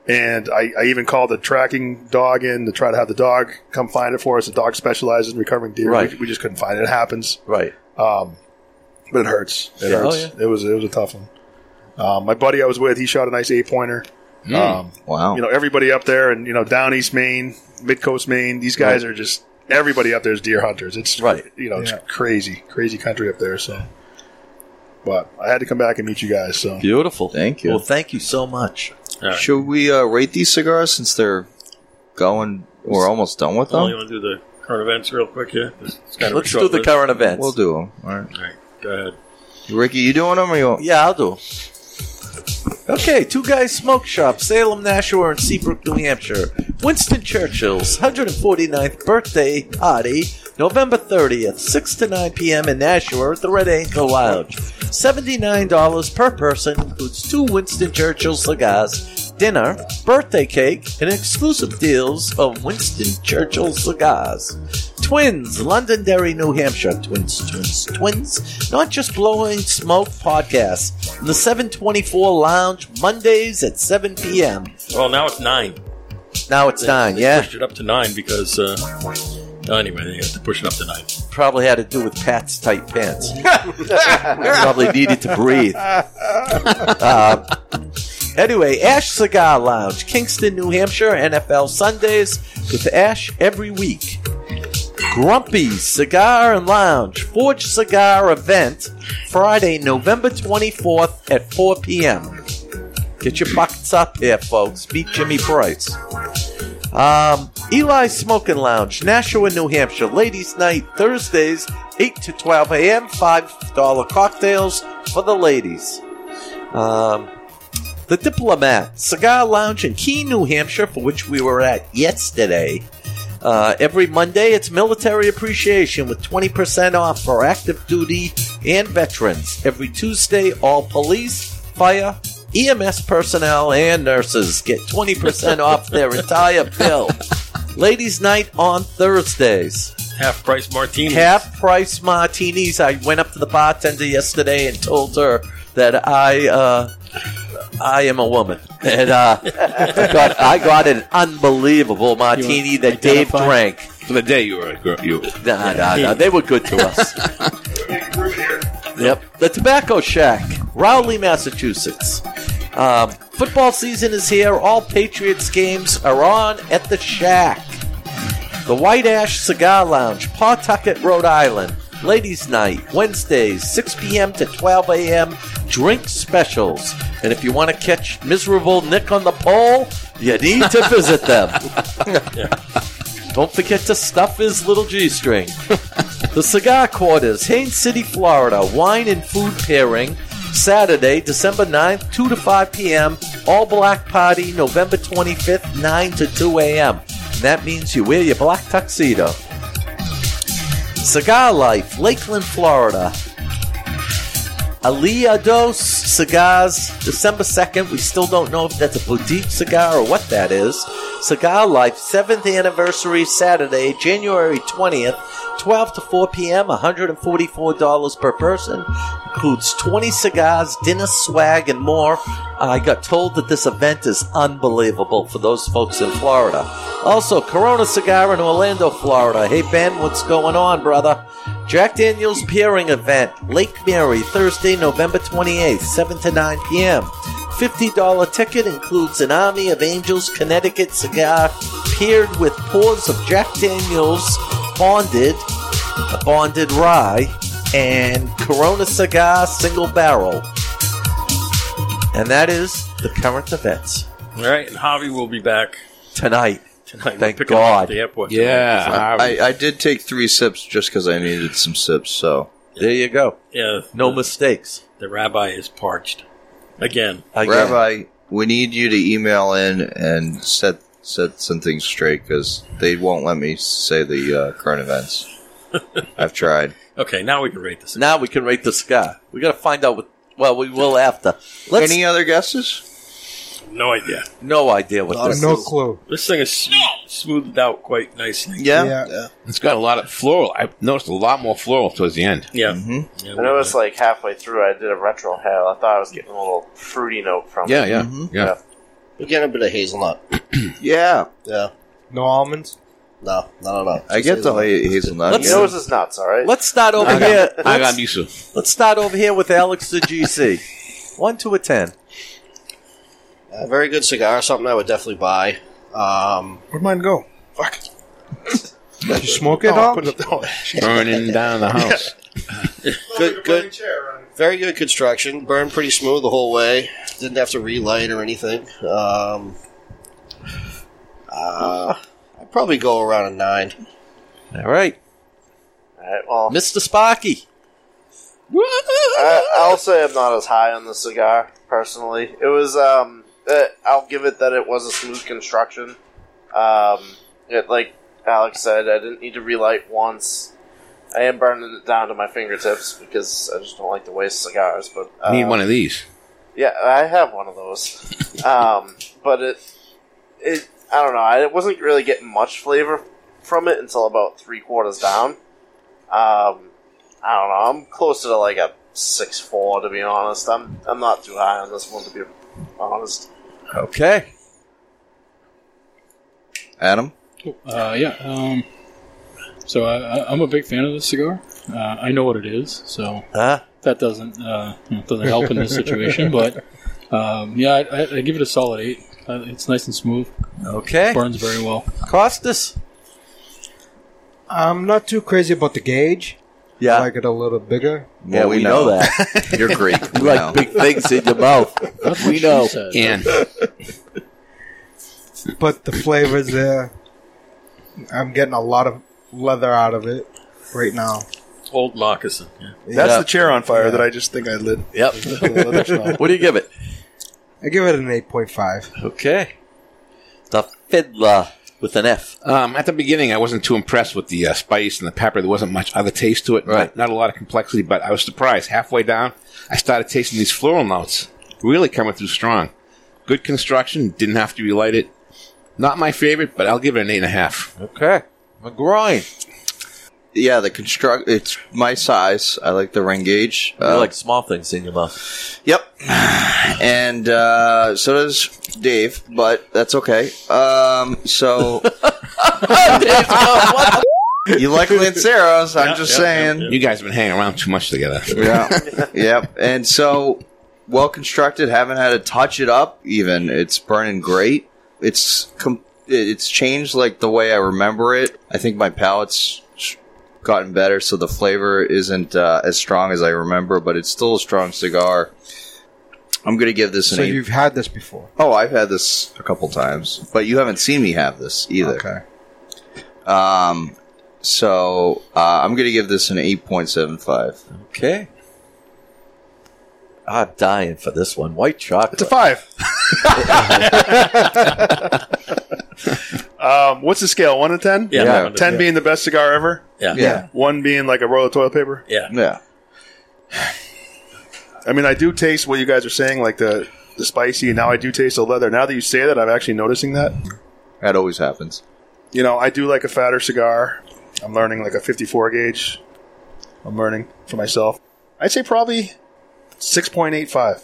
I: And I, I even called the tracking dog in to try to have the dog come find it for us. The dog specializes in recovering deer.
B: Right.
I: We, we just couldn't find it. It happens.
B: Right.
I: Um, but it hurts. It
B: Yeah.
I: hurts.
B: Oh,
I: It was it was a tough one. Um, my buddy I was with, he shot a nice eight pointer.
B: Mm.
I: Um,
B: Wow.
I: You know everybody up there, and you know down east Maine, mid coast Maine. These guys
B: Right.
I: are just everybody up there is deer hunters. It's right. You know,
B: Yeah.
I: it's crazy, crazy country up there. So, but I had to come back and meet you guys. So
B: Beautiful. Thank
F: you.
B: Well, thank you so much.
F: Should we uh, rate these cigars since they're going? We're almost done with
A: Well, you
F: them.
A: want to do the current events real quick here? It's it's kind of a
F: Let's
A: short
F: do the
A: list.
F: current events. We'll do them. All right.
A: All right, go ahead.
F: Ricky, you doing them or you?
B: Yeah, I'll do. Okay, Two Guys Smoke Shop, Salem, Nashua, and Seabrook, New Hampshire. Winston Churchill's 149th birthday party, November 30th, 6 to 9 p.m. in Nashua at the Red Anchor Lounge. $79 per person includes two Winston Churchill cigars, dinner, birthday cake, and exclusive deals of Winston Churchill cigars. Twins, Londonderry, New Hampshire. Twins, twins, twins. Not just blowing smoke podcast. In the 724 Lounge, Mondays at 7 p.m.
A: Well, now it's nine.
B: Now it's nine, yeah.
A: Pushed it up to nine because. Uh, anyway, they had to push it up to nine.
B: Probably had to do with Pat's tight pants. Probably needed to breathe. Uh, anyway, Ash Cigar Lounge, Kingston, New Hampshire, NFL Sundays with Ash every week. Grumpy Cigar and Lounge Forge Cigar Event, Friday, November 24th at 4 p.m. Get your buckets up here, folks. Beat Jimmy Price. Um, Eli Smoking Lounge, Nashua, New Hampshire. Ladies' Night, Thursdays, 8 to 12 a.m. $5 cocktails for the ladies. Um, the Diplomat Cigar Lounge in Keene, New Hampshire, for which we were at yesterday. Uh, every Monday, it's military appreciation with 20% off for active duty and veterans. Every Tuesday, all police, fire, EMS personnel, and nurses get 20% off their entire bill. Ladies' night on Thursdays.
A: Half price martini.
B: Half price martinis. I went up to the bartender yesterday and told her that I uh, I am a woman, and uh, I, got, I got an unbelievable martini that Dave drank.
E: For the day you were a girl, you.
B: Nah, nah, nah. They were good to us. Yep. The Tobacco Shack, Rowley, Massachusetts. Um, football season is here. All Patriots games are on at the Shack. The White Ash Cigar Lounge, Pawtucket, Rhode Island. Ladies' Night, Wednesdays, 6 p.m. to 12 a.m. Drink specials. And if you want to catch miserable Nick on the pole, you need to visit them. Don't forget to stuff his little G string. the Cigar Quarters, Haines City, Florida. Wine and food pairing. Saturday, December 9th, 2 to 5 p.m. All black party, November 25th, 9 to 2 a.m. And that means you wear your black tuxedo. Cigar Life, Lakeland, Florida. Aliados Cigars, December 2nd. We still don't know if that's a boutique cigar or what that is. Cigar Life seventh anniversary Saturday, January twentieth, twelve to four p.m. One hundred and forty-four dollars per person includes twenty cigars, dinner swag, and more. I got told that this event is unbelievable for those folks in Florida. Also, Corona Cigar in Orlando, Florida. Hey Ben, what's going on, brother? Jack Daniels Pairing Event, Lake Mary, Thursday, November 28th, 7 to 9 p.m. $50 ticket includes an Army of Angels Connecticut cigar paired with pours of Jack Daniels Bonded, Bonded Rye, and Corona Cigar Single Barrel. And that is the current events
A: All right, and Javi will be back
B: tonight.
A: tonight.
F: Thank
A: We're picking him up
F: God.
A: at the airport.
F: I, I did take three sips just because I needed some sips. So
B: there you go.
A: Yeah.
B: No mistakes.
A: The rabbi is parched. Again.
F: Rabbi, we need you to email in and set set some things straight because they won't let me say the uh, current events. I've tried.
A: Okay, now we can rate this.
B: Now we can rate the cigar. We got to find out what. Well, we will after.
F: Any other guesses?
A: No idea.
B: No idea what this is.
A: clue. This thing is sm- smoothed out quite nicely.
E: It's got a lot of floral. I noticed a lot more floral towards the end.
A: Yeah.
L: I noticed like halfway through, I did a retro hail. I thought I was getting a little fruity note from
E: Yeah,
L: it.
F: Mm-hmm.
E: yeah, yeah.
M: You're getting a bit of hazelnut.
F: yeah.
M: Yeah.
D: No almonds?
M: No, no, no, no.
F: I get the ha- hazelnut.
B: Let's-
F: yeah.
B: Yours is
L: nuts, all right?
B: Let's start over
F: I got-
B: here.
F: I got
B: Let's- Let's start over here with Alex the GC. One to a ten.
M: A very good cigar, something I would definitely buy. Um,
I: Where'd mine go? Fuck. Oh,
M: Did
I: you smoke
M: it all?
E: Burning down the house.
M: good, good, very good construction. Burned pretty smooth the whole way. Didn't have to relight or anything. Um, uh, I'd probably go around a nine.
B: All right.
L: All right, well,
B: Mr. Sparky.
L: I, I'll say I'm not as high on the cigar personally. It was, um, uh, I'll give it that it was a smooth construction. Um, it, like Alex said, I didn't need to relight once. I am burning it down to my fingertips because I just don't like to waste cigars. But uh,
E: Need one of these.
L: Yeah, I have one of those. um, but it, it, I don't know. I wasn't really getting much flavor from it until about three quarters down. Um, I don't know. I'm closer to like a six four to be honest. I'm I'm not too high on this one to be honest.
B: Okay.
F: Adam?
K: Uh, yeah. Um, so I, I, I'm a big fan of this cigar. Uh, I know what it is, so that doesn't uh, doesn't help in this situation. But um, yeah, I, I, I give it a solid eight. Uh, it's nice and smooth.
B: Okay,
K: burns very well.
B: Costas.
D: I'm not too crazy about the gauge.
B: Yeah.
D: I like it a little bigger.
B: Yeah, we, know. that.
F: You're Greek.
B: You
F: We
B: like
F: know.
B: big things in your mouth.
K: That's
B: we
K: what
B: know.
K: she said.
E: And
D: But the flavor's there. I'm getting a lot of leather out of it right now.
A: Old moccasin. Yeah.
I: That's
D: Yeah.
I: the chair on fire
D: Yeah.
I: that I just think I lit.
B: Yep. what do you give it?
D: I give it an 8.5.
B: Okay. The fiddler with an F.
E: Um, at the beginning, I wasn't too impressed with the uh, spice and the pepper. There wasn't much other taste to it. Right. Not, not a lot of complexity, but I was surprised. Halfway down, I started tasting these floral notes. Really coming through strong. Good construction. Didn't have to relight it. Not my favorite, but I'll give it an eight and a half.
B: Okay. McGroin.
F: Yeah, the construct. It's my size. I like the ring gauge. Uh,
B: You like small things in your mouth.
F: Yep. And uh, so does Dave, but that's okay. Um, so. you like Lanceros, I'm just saying.
E: You guys have been hanging around too much together.
F: Yeah. yep. And so well constructed, haven't had to touch it up even. It's burning great. It's com- it's changed like the way I remember it. I think my palate's gotten better so the flavor isn't uh, as strong as I remember, but it's still a strong cigar. I'm going to give this an
D: So
F: 8.
D: you've had this before.
F: Oh, I've had this a couple times, but you haven't seen me have this either. Okay. Um, so uh, I'm going to give this an 8.75.
B: Okay.
F: Ah,
B: I'm dying for this one. White chocolate.
I: It's a five. um, what's the scale? One to ten?
B: Yeah, Yeah. one to
I: Ten
B: ten.
I: being the best cigar ever.
A: Yeah.
F: Yeah.
I: One being like a roll of toilet paper.
A: Yeah.
F: Yeah.
I: I mean, I do taste what you guys are saying, like the the spicy. and Now I do taste the leather. Now that you say that, I'm actually noticing that.
F: That always happens.
I: You know, I do like a fatter cigar. I'm learning like a 54 gauge. I'm learning for myself. I'd say probably 6.85.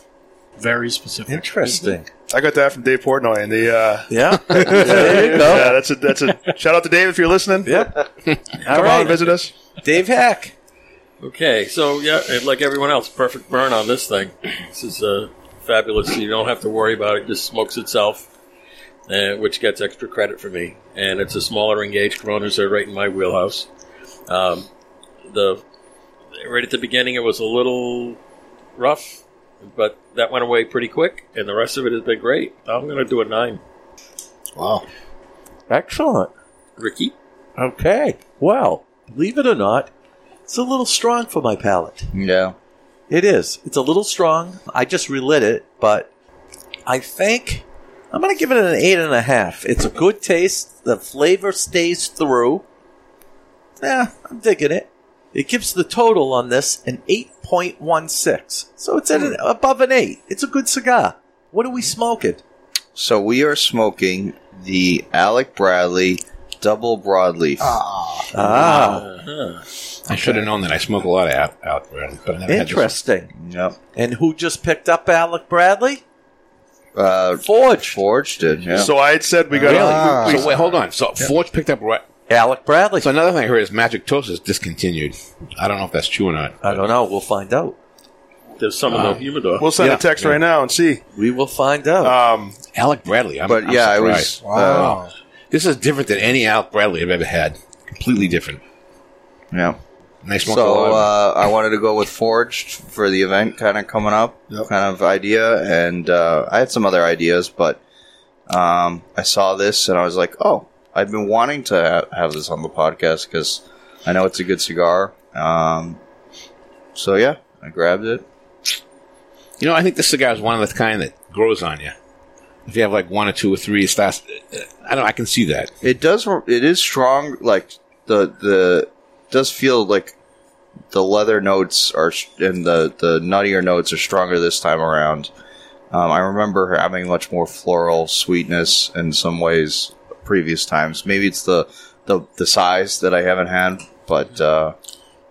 K: Very specific.
B: Interesting.
I: I got that from Dave Portnoy, and the uh,
B: yeah,
I: there you go. Yeah, that's a that's a shout out to Dave if you're listening.
B: Yeah,
I: come
B: All
I: on
B: right.
I: and visit us,
B: Dave Hack.
A: Okay, so yeah, and like everyone else, perfect burn on this thing. This is uh, fabulous. You don't have to worry about it; just smokes itself, uh, which gets extra credit for me. And it's a smaller engaged Corona, so right in my wheelhouse. Um, the right at the beginning, it was a little rough, but that went away pretty quick, and the rest of it has been great. I'm going to do a nine,
B: Wow, excellent,
A: Ricky.
B: Okay, well, believe it or not, it's a little strong for my palate.
F: Yeah,
B: it is. It's a little strong. I just relit it, but I think I'm going to give it an eight and a half. It's a good taste. The flavor stays through. Yeah, I'm digging it. It gives the total on this an 8.16. So it's at an, above an 8. It's a good cigar. What are we smoking?
F: So we are smoking the Alec Bradley double broadleaf. Ah.
A: Uh-huh.
E: I should have known that I smoke a lot of out, out but I never had this one.
B: Interesting. Yep. And who just picked up Alec Bradley?
F: Uh,
B: Forge.
F: Forge did, yeah.
I: So I had said we got
E: really?
I: Ah.
E: So wait, hold on. So Forge picked up right.
B: Alec Bradley.
E: So another thing I heard is Magic Toast is discontinued. I don't know if that's true or not.
B: I don't know. We'll find out.
A: There's some in
E: Wow.
A: the humidor.
I: We'll send
E: Uh, Yeah.
I: a text
E: Yeah.
I: right now and see.
B: We will find out.
I: Um,
E: Alec Bradley. I'm,
F: But
E: I'm
F: yeah, it
E: surprised.
F: was, Wow.
E: This is different than any Alec Bradley I've ever had. Completely different.
F: Yeah.
E: Nice one.
F: So uh, I wanted to go with Forged for the event kind of coming up, kind of idea, and uh, I had some other ideas, but um, I saw this and I was like, oh, I've been wanting to ha- have this on the podcast because I know it's a good cigar. Um, so yeah, I grabbed it.
E: You know, I think this cigar is one of the kind that grows on you. If you have like one or two or three, it starts. I don't. I can see that.
F: It does. It is strong. Like the the does feel like the leather notes are s- and the the nuttier notes are stronger this time around. Um, I remember having much more floral sweetness in some ways previous times. Maybe it's the the, the size that I haven't had, but uh,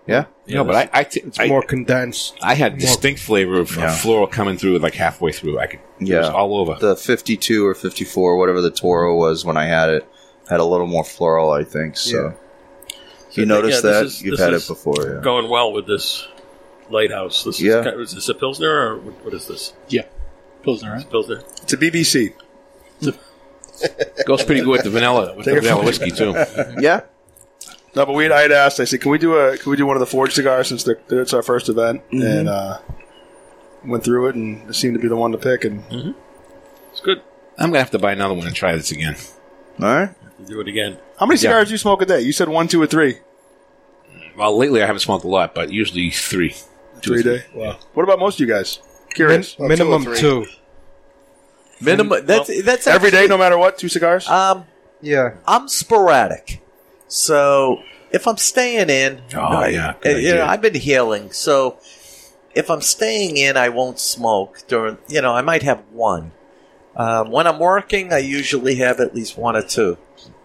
F: yeah.
E: no, but I, I, t-
D: It's
E: I-
D: more condensed.
E: I had
D: more-
E: distinct flavor of
F: Yeah.
E: of floral coming through like halfway through. I could, yeah, it was
F: Yeah.
E: all over.
F: The 52 or 54, whatever the Toro was when I had it, had a little more floral, I think. So you noticed
A: Yeah, this
F: that?
A: is-
F: You've
A: this
F: had
A: is
F: it before. Yeah.
A: Going well with this lighthouse. This
F: Yeah.
A: is, kind- is this a pilsner or what what is this?
E: Yeah,
K: Pilsner.
A: It's pilsner.
I: It's a BBC.
E: Goes pretty good with the vanilla, with the
I: Take a
E: vanilla
I: photo.
E: whiskey too.
F: Yeah.
I: No, but we I had asked. I said, "Can we do a Can we do one of the Forge cigars since they're, they're- it's our first event?"
B: Mm-hmm.
A: Mhm.
I: And uh, went through it, and it seemed to be the one to pick. And
A: It's good.
E: I'm gonna have to buy another one and try this again.
F: All right.
A: Do it again.
I: how many
E: Yeah.
I: cigars do you smoke a day? You said one, two, or three.
E: Well, lately I haven't smoked a lot, but usually three.
I: Three
E: Two or
I: day. Wow. What about most of you guys? Curious.
D: Min- minimum two.
B: Minimum. That's that's
I: Every day,
B: actually-
I: no matter what, two cigars.
B: Um,
D: Yeah.
B: I'm sporadic, so if I'm staying in,
E: Oh, yeah, good
B: uh, you know,
E: idea.
B: I've been healing. So if I'm staying in, I won't smoke during. You know, I might have one. Um, when I'm working, I usually have at least one or two.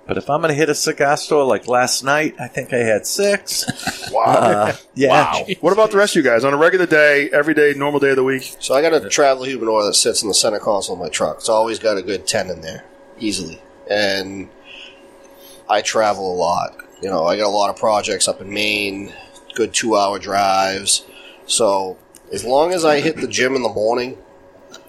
B: But if I'm going to hit a cigar store like last night, I think I had six.
I: Wow.
B: Uh, yeah.
I: What about the rest of you guys? On a regular day, every day, normal day of the week.
M: So I got a travel humidor that sits in the center console of my truck. It's always got a good ten in there, easily. And I travel a lot. You know, I got a lot of projects up in Maine, good two hour drives. So as long as I hit the gym in the morning,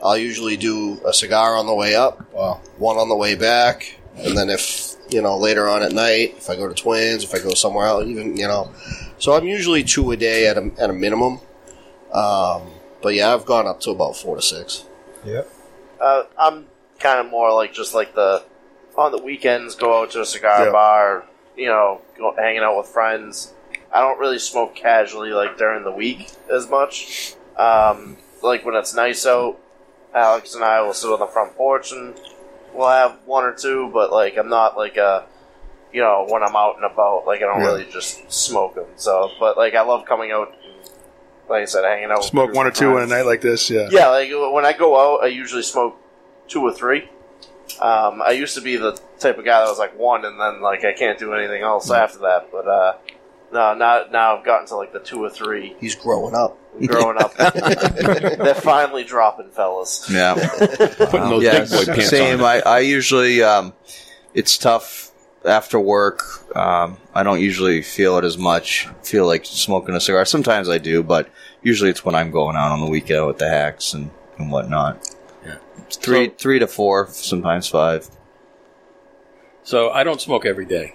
M: I'll usually do a cigar on the way up, uh, one on the way back, and then if you know later on at night, if I go to Twins, if I go somewhere else, even you know, so I'm usually two a day at a at a minimum. Um, but yeah, I've gone up to about four to six.
L: Uh, I'm kind of more like just like the on the weekends go out to a cigar
M: Yeah.
L: bar, you know, go, hanging out with friends. I don't really smoke casually like during the week as much. Um, like when it's nice out, Alex and I will sit on the front porch and we'll have one or two. But like I'm not like a you know when I'm out and about like I don't
I: Yeah.
L: really just smoke them. So but like I love coming out. and, Like I said, hanging out. with
I: Smoke
L: groups
I: one or
L: of
I: two on a
L: friends.
I: night like this. Yeah.
L: Yeah, like when I go out, I usually smoke two or three. Um, I used to be the type of guy that was like one, and then like I can't do anything else after that. But uh, no, now now I've gotten to like the two or three.
M: He's growing up.
L: Growing up, they're finally dropping, fellas.
F: Yeah.
L: Putting those big boy pants
F: same.
L: on.
F: I, I usually, um, it's tough after work. Um, I don't usually feel it as much, feel like smoking a cigar. Sometimes I do, but usually it's when I'm going out on the weekend with the hacks and, and whatnot. It's Three, three to four, sometimes five.
A: So I don't smoke every day.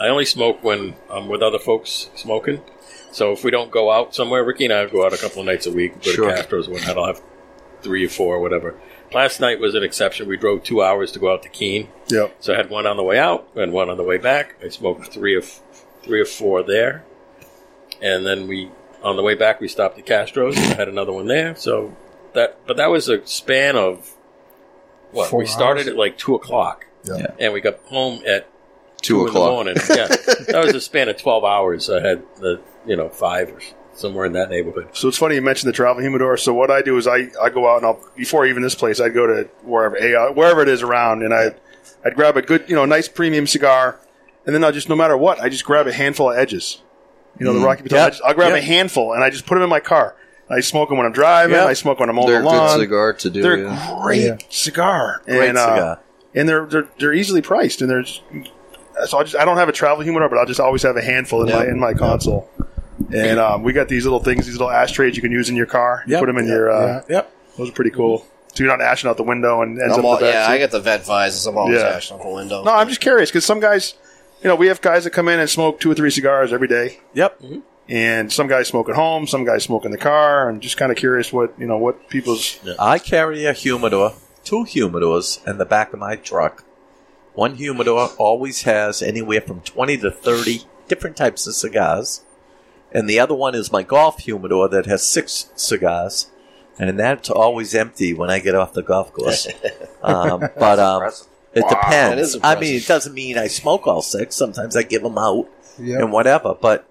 A: I only smoke when I'm with other folks smoking. So if we don't go out somewhere, Ricky and I go out a couple of nights a week, go
F: Sure.
A: to Castro's and whatnot. I'll have three or four or whatever. Last night was an exception. We drove two hours to go out to Keene.
I: Yep.
A: So I had one on the way out and one on the way back. I smoked three or three or four there, and then we on the way back we stopped at Castro's. And I had another one there. So that, but that was a span of what
E: Four
A: we started
E: hours?
A: at like two o'clock,
E: Yeah. Yeah.
A: and we got home at
F: Two o'clock.
A: in the morning. Yeah, that was a span of twelve hours. I had the you know five or s- somewhere in that neighborhood.
I: So it's funny you mentioned the travel humidor. So what I do is I, I go out and I'll before even this place I'd go to wherever AR, wherever it is around and I I'd grab a good you know nice premium cigar and then I'll just no matter what I just grab a handful of edges. You know the
E: Mm.
I: Rocky Patel.
E: Yep.
I: edges. I'll grab
E: Yep.
I: a handful and I just put them in my car. I smoke them when I'm driving.
E: Yep.
I: I smoke when I'm on
F: They're a
I: the
F: good
I: lawn.
F: cigar to do,
I: They're a
F: yeah.
I: great
F: Yeah.
I: cigar.
F: Great
I: and, uh,
F: cigar.
I: and they're they're they're easily priced and they're just- so I just I don't have a travel humidor, but I'll just always have a handful in my in my console. And um, we got these little things, these little ashtrays you can use in your car. You
M: Yep.
I: put them in your. Uh,
M: Yep. Yep.
I: Those are pretty cool. So you're not ashing out the window and ends
M: I'm
I: up
M: all-
I: the back
M: yeah,
I: seat.
M: I got the vet visors. I'm always
I: Yeah.
M: ashing out the window.
I: No, I'm just curious because some guys, you know, we have guys that come in and smoke two or three cigars every day.
B: Yep.
I: And some guys smoke at home, some guys smoke in the car. I'm just kind of curious what you know what people's.
B: I carry a humidor, two humidors in the back of my truck. One humidor always has anywhere from 20 to 30 different types of cigars. And the other one is my golf humidor that has six cigars. And that's always empty when I get off the golf course. um, but um, it
I: Wow. That
B: depends.
I: is
B: I
I: impressive.
B: mean, it doesn't mean I smoke all six. Sometimes I give them out
I: Yeah.
B: and whatever. But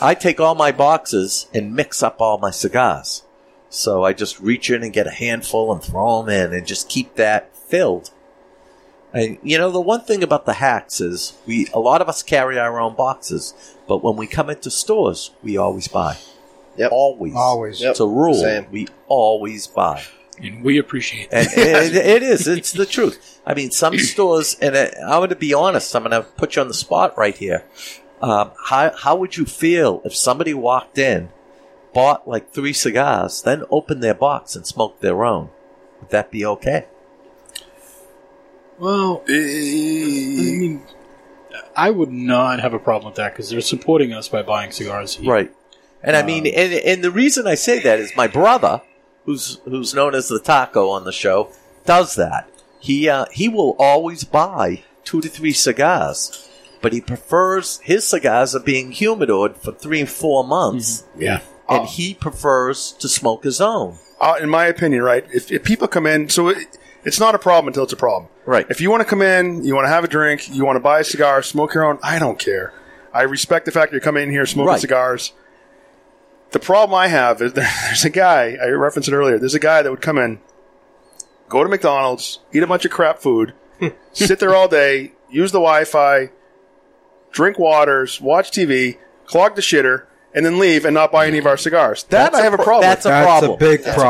B: I take all my boxes and mix up all my cigars. So I just reach in and get a handful and throw them in and just keep that filled. And you know the one thing about the hacks is we a lot of us carry our own boxes, but when we come into stores, we always buy.
M: Yep.
B: Always. Always. It's a rule.
M: Same.
B: We always buy.
K: And we appreciate
B: And it, it is. It's the truth. I mean, some stores, and I- I'm going to be honest, I'm going to put you on the spot right here. Um, how, how would you feel if somebody walked in, bought like three cigars, then opened their box and smoked their own? Would that be okay?
K: Well, I mean, I would not have a problem with that because they're supporting us by buying cigars. here.
B: Right. And I mean, and, and the reason I say that is my brother, who's who's known as the taco on the show, does that. He uh, he will always buy two to three cigars, but he prefers his cigars are being humidored for three and four months.
K: Mm-hmm.
E: Yeah.
B: and he prefers to smoke his own.
I: uh, in my opinion, right? If, if people come in, so it, it's not a problem until it's a problem,
B: right?
I: If you want to come in, you want to have a drink, you want to buy a cigar, smoke your own. I don't care. I respect the fact you're coming in here smoking
E: Right.
I: cigars. The problem I have is there, there's a guy I referenced it earlier. There's a guy that would come in, go to McDonald's, eat a bunch of crap food, sit there all day, use the Wi-Fi, drink waters, watch TV, clog the shitter, and then leave and not buy any of our cigars. That I have a
B: pro-
I: problem.
B: That's a problem.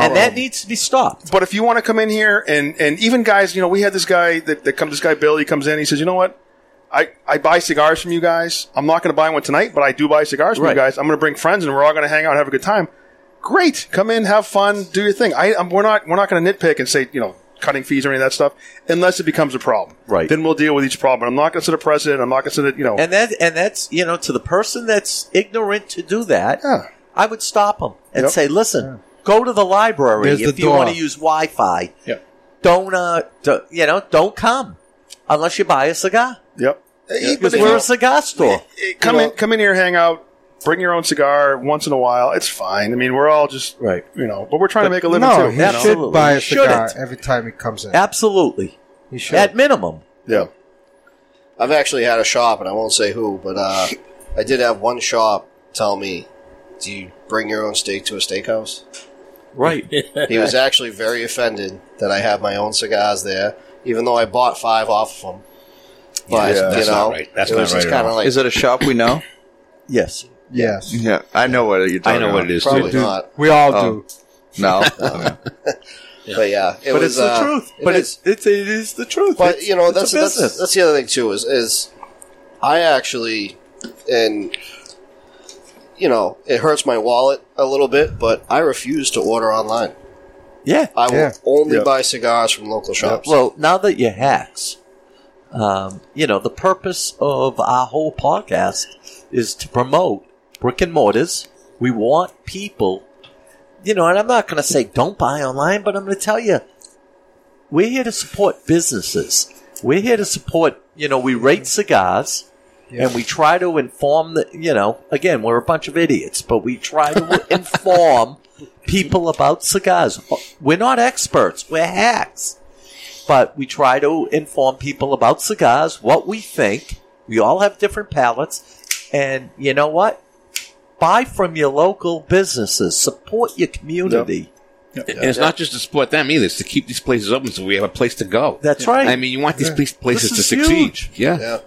B: and that needs to be stopped.
I: But if you want to come in here and and even guys, you know, we had this guy that, that comes. This guy Bill, he comes in. He says, you know what? I, I buy cigars from you guys. I'm not going to buy one tonight, but I do buy cigars from
B: Right.
I: you guys. I'm going to bring friends, and we're all going to hang out, and have a good time. Great, come in, have fun, do your thing. I, i we're not we're not going to nitpick and say you know cutting fees or any of that stuff unless it becomes a problem.
B: Right.
I: Then we'll deal with each problem. I'm not going to set a precedent. I'm not going to set a you know.
B: And that and that's you know to the person that's ignorant to do that, I would stop them and
E: Yep.
B: say, listen, go to the library
E: There's
B: if
E: the
B: you
E: door.
B: want to use Wi-Fi.
I: Yep.
B: Don't uh, do, you know, don't come unless you buy a cigar.
I: Yep.
D: Uh,
B: Because we're a cigar store.
I: come in, come in here, hang out, bring your own cigar once in a while. It's fine. I mean, we're all just
B: right,
I: you know, but we're trying to make a living
D: no,
I: too.
D: he
I: you know?
D: should buy a cigar every time he comes in.
B: Absolutely.
D: He should.
B: At minimum.
I: Yeah.
M: I've actually had a shop, and I won't say who, but uh, I did have one shop tell me, "Do you bring your own steak to a steakhouse?"
B: Right.
M: he was actually very offended that I have my own cigars there. even though I bought five off of them. But
F: Yeah.
M: you
F: That's
M: know,
F: not right. That's
M: it was
F: not
M: just
F: right at
M: kind of
F: all.
M: like
F: Is it a shop we know?
B: Yes.
D: Yes.
F: Yeah, I know what you're talking
M: I know
F: about.
M: what it is, Probably too. not.
D: We all
F: Oh. No. Okay.
M: But yeah, it
B: But
M: was,
B: it's the
M: uh,
B: truth. But it's, it's it is the truth.
M: But
B: It's-
M: you know,
B: it's
M: that's,
B: a
M: that's
B: business.
M: that's the other thing too is is I actually and you know it hurts my wallet a little bit, but I refuse to order online.
B: Yeah,
M: I will
B: yeah.
M: only
B: Yep.
M: buy cigars from local shops.
B: Well, now that you hacks, um, you know, the purpose of our whole podcast is to promote brick and mortars. We want people, you know, and I'm not going to say don't buy online, but I'm going to tell you, we're here to support businesses. We're here to support, you know, we rate cigars. And we try to inform the, you know, again, we're a bunch of idiots, but we try to inform people about cigars. We're not experts, we're hacks but we try to inform people about cigars, what we think. We all have different palates, and you know what? Buy from your local businesses. Support your community.
E: And it's not just to support them either; it's to keep these places open so we have a place to go.
B: That's right.
E: I mean, you want these
B: Yeah.
E: place- places
B: This
E: to
B: is
E: succeed.
B: huge.
E: Yeah.
M: yeah.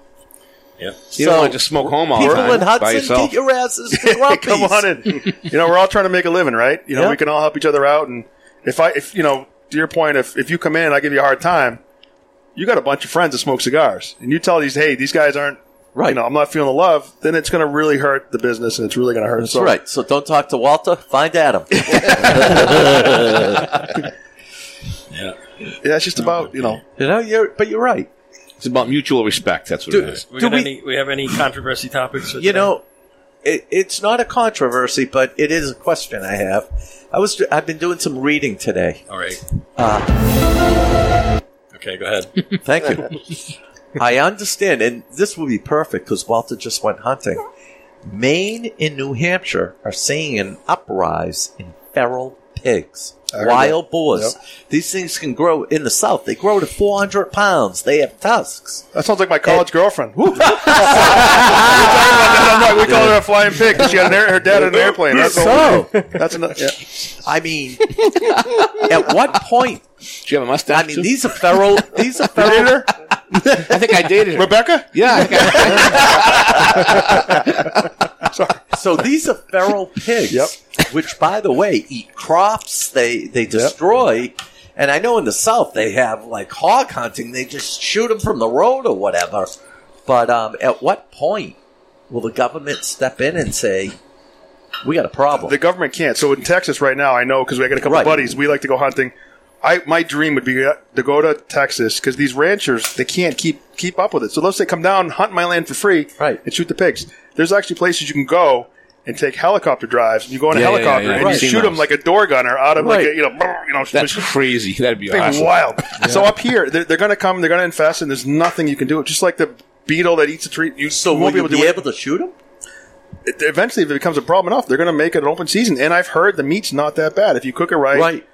E: You don't want to just smoke home all the
I: people
E: time
I: in Hudson
E: by yourself.
I: get your
F: asses to Grumpy's.
I: Come on in. You know, we're all trying to make a living, right? You know,
E: Yeah.
I: we can all help each other out. And if I, if you know, to your point, if, if you come in and I give you a hard time, you got a bunch of friends that smoke cigars, and you tell these, hey, these guys aren't, right? You know, I'm not feeling the love. Then it's going to really hurt the business, and it's really going to hurt.
B: That's right. So don't talk to Walter. Find Adam.
E: Yeah.
I: Yeah, it's just about you know.
B: You know, you're but you're right.
E: It's about mutual respect. That's what
B: Do-
E: it is.
A: We,
B: Do
A: got
B: we-
A: any, we have any controversy topics?
B: You know, it, it's not a controversy, but it is a question I have. I was I've been doing some reading today.
A: All right.
B: Uh,
A: Okay, go ahead.
B: Thank you. I understand, and this will be perfect because Walter just went hunting. Maine and New Hampshire are seeing an uprise in feral pigs,
F: I heard
B: wild
F: that.
B: boars. These things can grow in the South. They grow to 400 pounds. They have tusks.
I: That sounds like my college girlfriend. Woo. we called her a flying pig. 'cause She had an air, her dad had an airplane. That's
B: So-
I: all. That's another. Yeah.
B: I mean, at what point?
E: Do you have a mustache?
B: I mean, these are feral. These are feral.
E: I think I dated her.
I: Rebecca?
E: Yeah. I think I-
B: So these are feral pigs, which, by the way, eat crops. They they destroy. And I know in the South they have like hog hunting. They just shoot them from the road or whatever. But um, at what point will the government step in and say, "We got a problem"?
I: The government can't. So in Texas right now, I know because we got a couple
B: Right.
I: buddies. We like to go hunting. I my dream would be uh, to go to Texas because these ranchers they can't keep keep up with it. So let's say come down, hunt my land for free, right. and shoot the pigs. There's actually places you can go and take helicopter drives. You go in
E: Yeah,
I: a
E: yeah, yeah,
I: helicopter
E: yeah.
I: and
E: Right.
I: you shoot them like a door gunner out of like
E: Right.
I: a, you know brr, you know
E: That's crazy. That'd be
I: thing
E: awesome.
I: wild. So up here they're, they're going to come, they're going to infest, and there's nothing you can do. Just like the beetle that eats a tree, you so
B: will
I: won't be
B: you
I: able to
B: be
I: do
B: able to shoot them.
I: it- eventually if it becomes a problem enough, they're going to make it an open season. And I've heard the meat's not that bad if you cook it right.
B: Right.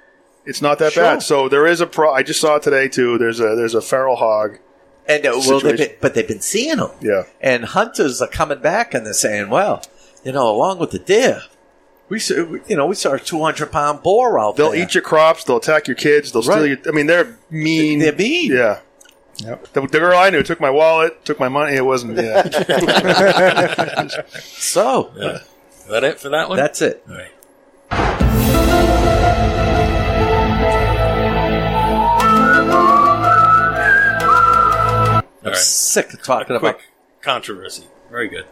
I: It's not that
B: Sure.
I: bad. So there is a pro. I just saw it today too. There's a there's a feral hog.
B: And uh, well, they've
I: situation.
B: been, but they've been seeing them.
I: Yeah.
B: And hunters are coming back and they're saying, "Well, you know, along with the deer, we saw, you know we saw a 200 pound boar out
I: They'll
B: there."
I: eat your crops. They'll attack your kids. They'll steal
B: Right.
I: your. I mean, they're mean. They're
B: mean.
I: Yeah. Yep. The, the girl I knew took my wallet, took my money. It wasn't. Yeah.
B: so.
A: Yeah. Is that it for that one?
B: That's it.
A: All right.
B: I'm sick of talking
A: quick
F: about.
A: Controversy. Very good.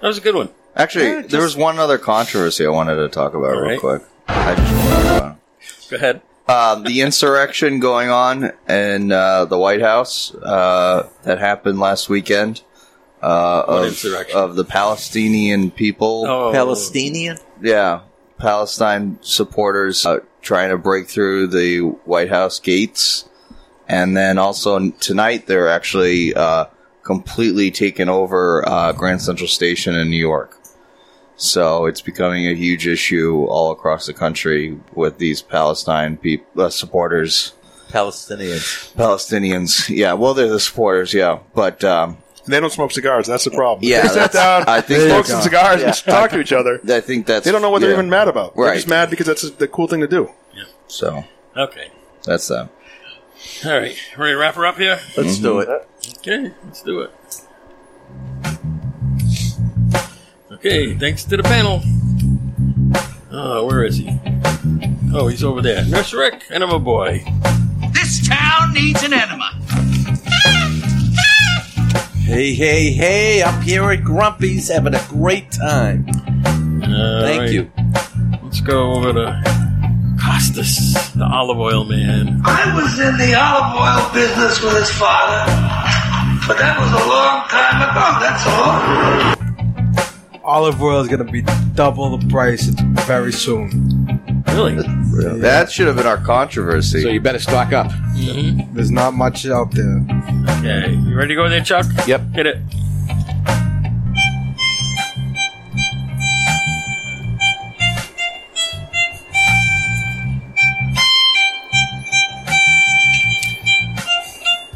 A: That was a good one.
F: Actually,
A: Yeah, just-
F: there was one other controversy I wanted to talk about real
A: right.
F: quick. I just wanted to
A: Go ahead.
F: um, the insurrection going on in uh, the White House uh, that happened last weekend uh,
B: What
F: of,
B: insurrection? Oh.
F: of the Palestinian people.
I: uh,
B: Palestinian.
F: Yeah, Palestine supporters uh, trying to break through the White House gates, and then also n- tonight they're actually uh, completely taking over uh, Grand Central Station in New York. So it's becoming a huge issue all across the country with these Palestine peop uh, supporters.
B: Palestinians.
F: Palestinians. Yeah. Well, they're the supporters. Yeah, but um,
I: they don't smoke cigars. That's the problem.
F: Yeah,
I: They sat
F: that's-
I: down,
F: I think
I: smoked
F: that's-
I: some cigars,
F: Yeah.
I: and talked to each other.
F: I think that's
I: They don't know what they're
F: yeah.
I: even mad about. They're
F: Right.
I: just mad because that's the cool thing to do.
F: So
A: Okay.
F: that's uh, that.
A: All right, ready to wrap her up here?
B: Let's do it.
A: Okay, let's do it. Okay, thanks to the panel. Oh, where is he? Oh, he's over there. Nurse Rick, enema boy.
G: This town needs an enema.
B: Hey, hey, hey, up here at Grumpy's having a great time. Thank
A: right.
B: you.
A: Let's go over to Costas, the olive oil man.
C: I was in the olive oil business with his father, but that was a long time ago, that's all.
D: Olive oil is going to be double the price very soon.
A: Really?
F: That should have been our controversy. So
E: you better stock up.
A: Mm-hmm.
D: There's not much out there.
A: Okay, you ready to go there, Chuck? Yep. Hit it.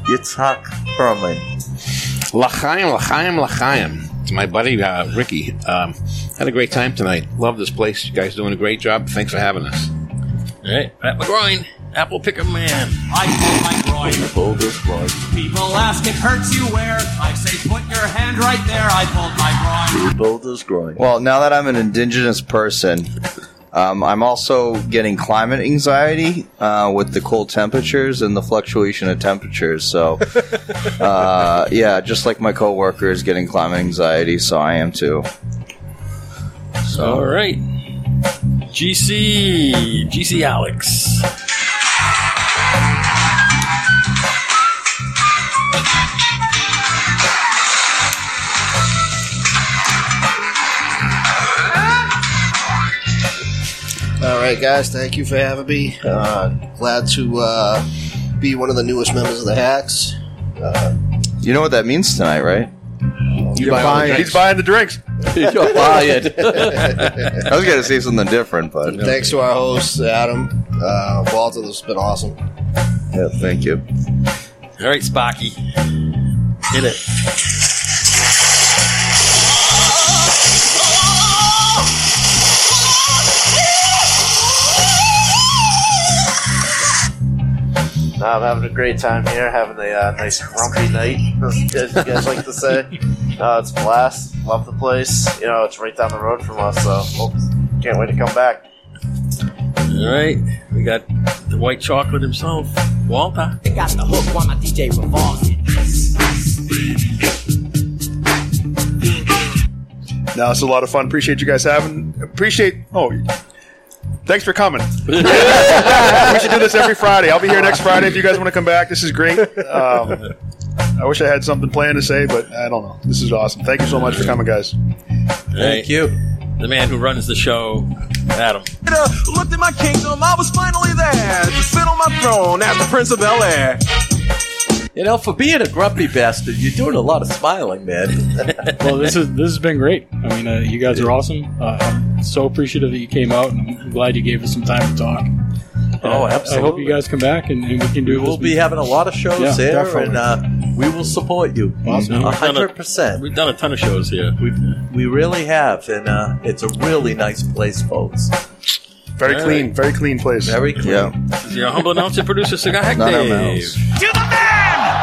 B: Yitzhak Perlman.
E: L'chaim, l'chaim, l'chaim. To my buddy uh, Ricky, um, had a great time tonight. Love this place. You guys doing a great job. Thanks for having us.
A: All right, Pat McGroin, apple picker man.
G: I pull my groin. People ask it hurts you where. I say put your hand right there. I pulled my groin.
F: Well, now that I'm an indigenous person, um, I'm also getting climate anxiety uh, with the cold temperatures and the fluctuation of temperatures. So, uh, yeah, just like my coworker is getting climate anxiety, so I am too. So,
A: All right. GC, GC Alex.
M: All right, guys. Thank you for having me. Uh, glad to uh, be one of the newest members of the Hacks. Uh,
F: you know what that means tonight, right?
M: You're buying all the drinks.
I: He's buying the drinks.
F: You're buying. I was going to say something different, but
M: Thanks to our host Adam uh, Walter. This has been awesome.
F: Yeah, thank you.
A: All right, Spocky. Hit it.
L: No, I'm having a great time here, having a uh, nice grumpy night, as you guys- you guys like to say. Uh, it's a blast. Love the place. You know, it's right down the road from us, so hope- can't wait to come back.
A: All right, we got the white chocolate himself, Walter.
N: They got the hook while my DJ revolves it.
I: No, it's a lot of fun. Appreciate you guys having. Appreciate. Oh, thanks for coming. we should do this every Friday. I'll be here next Friday if you guys want to come back. This is great. Um, I wish I had something planned to say, but I don't know. This is awesome. Thank you so much for coming, guys.
A: Thank you. The man who runs the show, Adam.
J: Uh, Looked at my kingdom, I was finally there to sit on my throne as the Prince of Bel Air.
B: You know, for being a grumpy bastard, you're doing a lot of smiling, man.
K: well, this is this has been great. I mean, uh, you guys are awesome. Uh, I'm so appreciative that you came out, and I'm glad you gave us some time to talk.
B: Oh,
K: Uh, I hope
B: absolutely.
K: you guys come back, and, and we can do.
B: We will
K: this
B: be having a lot of shows
K: Yeah,
B: there,
K: definitely.
B: and uh, we will support you.
K: Awesome.
B: A
K: We've done a-
B: hundred percent.
A: We've done a ton of shows here.
B: We we really have, and uh, it's a really nice place, folks.
I: Very
A: All
I: clean. Very clean place.
B: Very clean.
A: This is your humble announcer, producer, Cigar Hack
B: Not our
A: Dave.
B: mouths.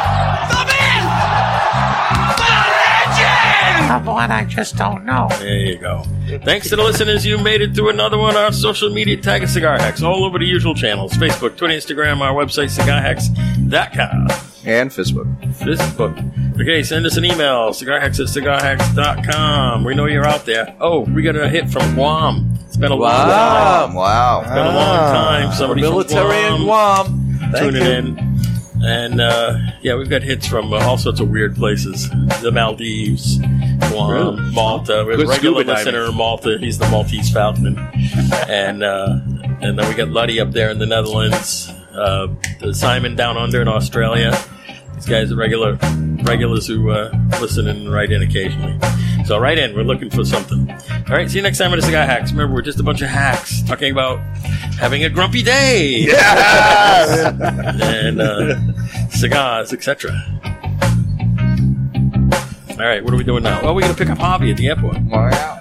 G: Someone Uh, I just don't know.
A: There you go. Thanks to the listeners, you made it through another one. Our social media tag is Cigar Hacks all over the usual channels Facebook, Twitter, Instagram, our website, cigarhacks.com.
F: And Facebook.
A: Facebook. Okay, send us an email, cigarhacks at cigarhacks.com. We know you're out there. Oh, we got a hit from Guam. It's been a long
F: Wow.
A: time.
F: Wow.
A: It's been a long time. Somebody from
B: Ah. Military
A: Guam
B: and Guam. Thank
A: tuning
B: you.
A: in. And uh, yeah, we've got hits from uh, all sorts of weird places: the Maldives, Guam,
E: Really?
A: Malta. We have a
E: Good
A: regular
E: scuba
A: listener in Malta. He's the Maltese Fountain, and uh, and then we got Luddy up there in the Netherlands. Uh, Simon down under in Australia. These guys are regular regulars who uh, listen and write in occasionally. So write in. We're looking for something. All right. See you next time at the Cigar Hacks. Remember, we're just a bunch of hacks talking about having a grumpy day and uh, cigars, etc. All right, what are we doing now? Oh, we're going to pick up Javi at the airport.
F: Wow.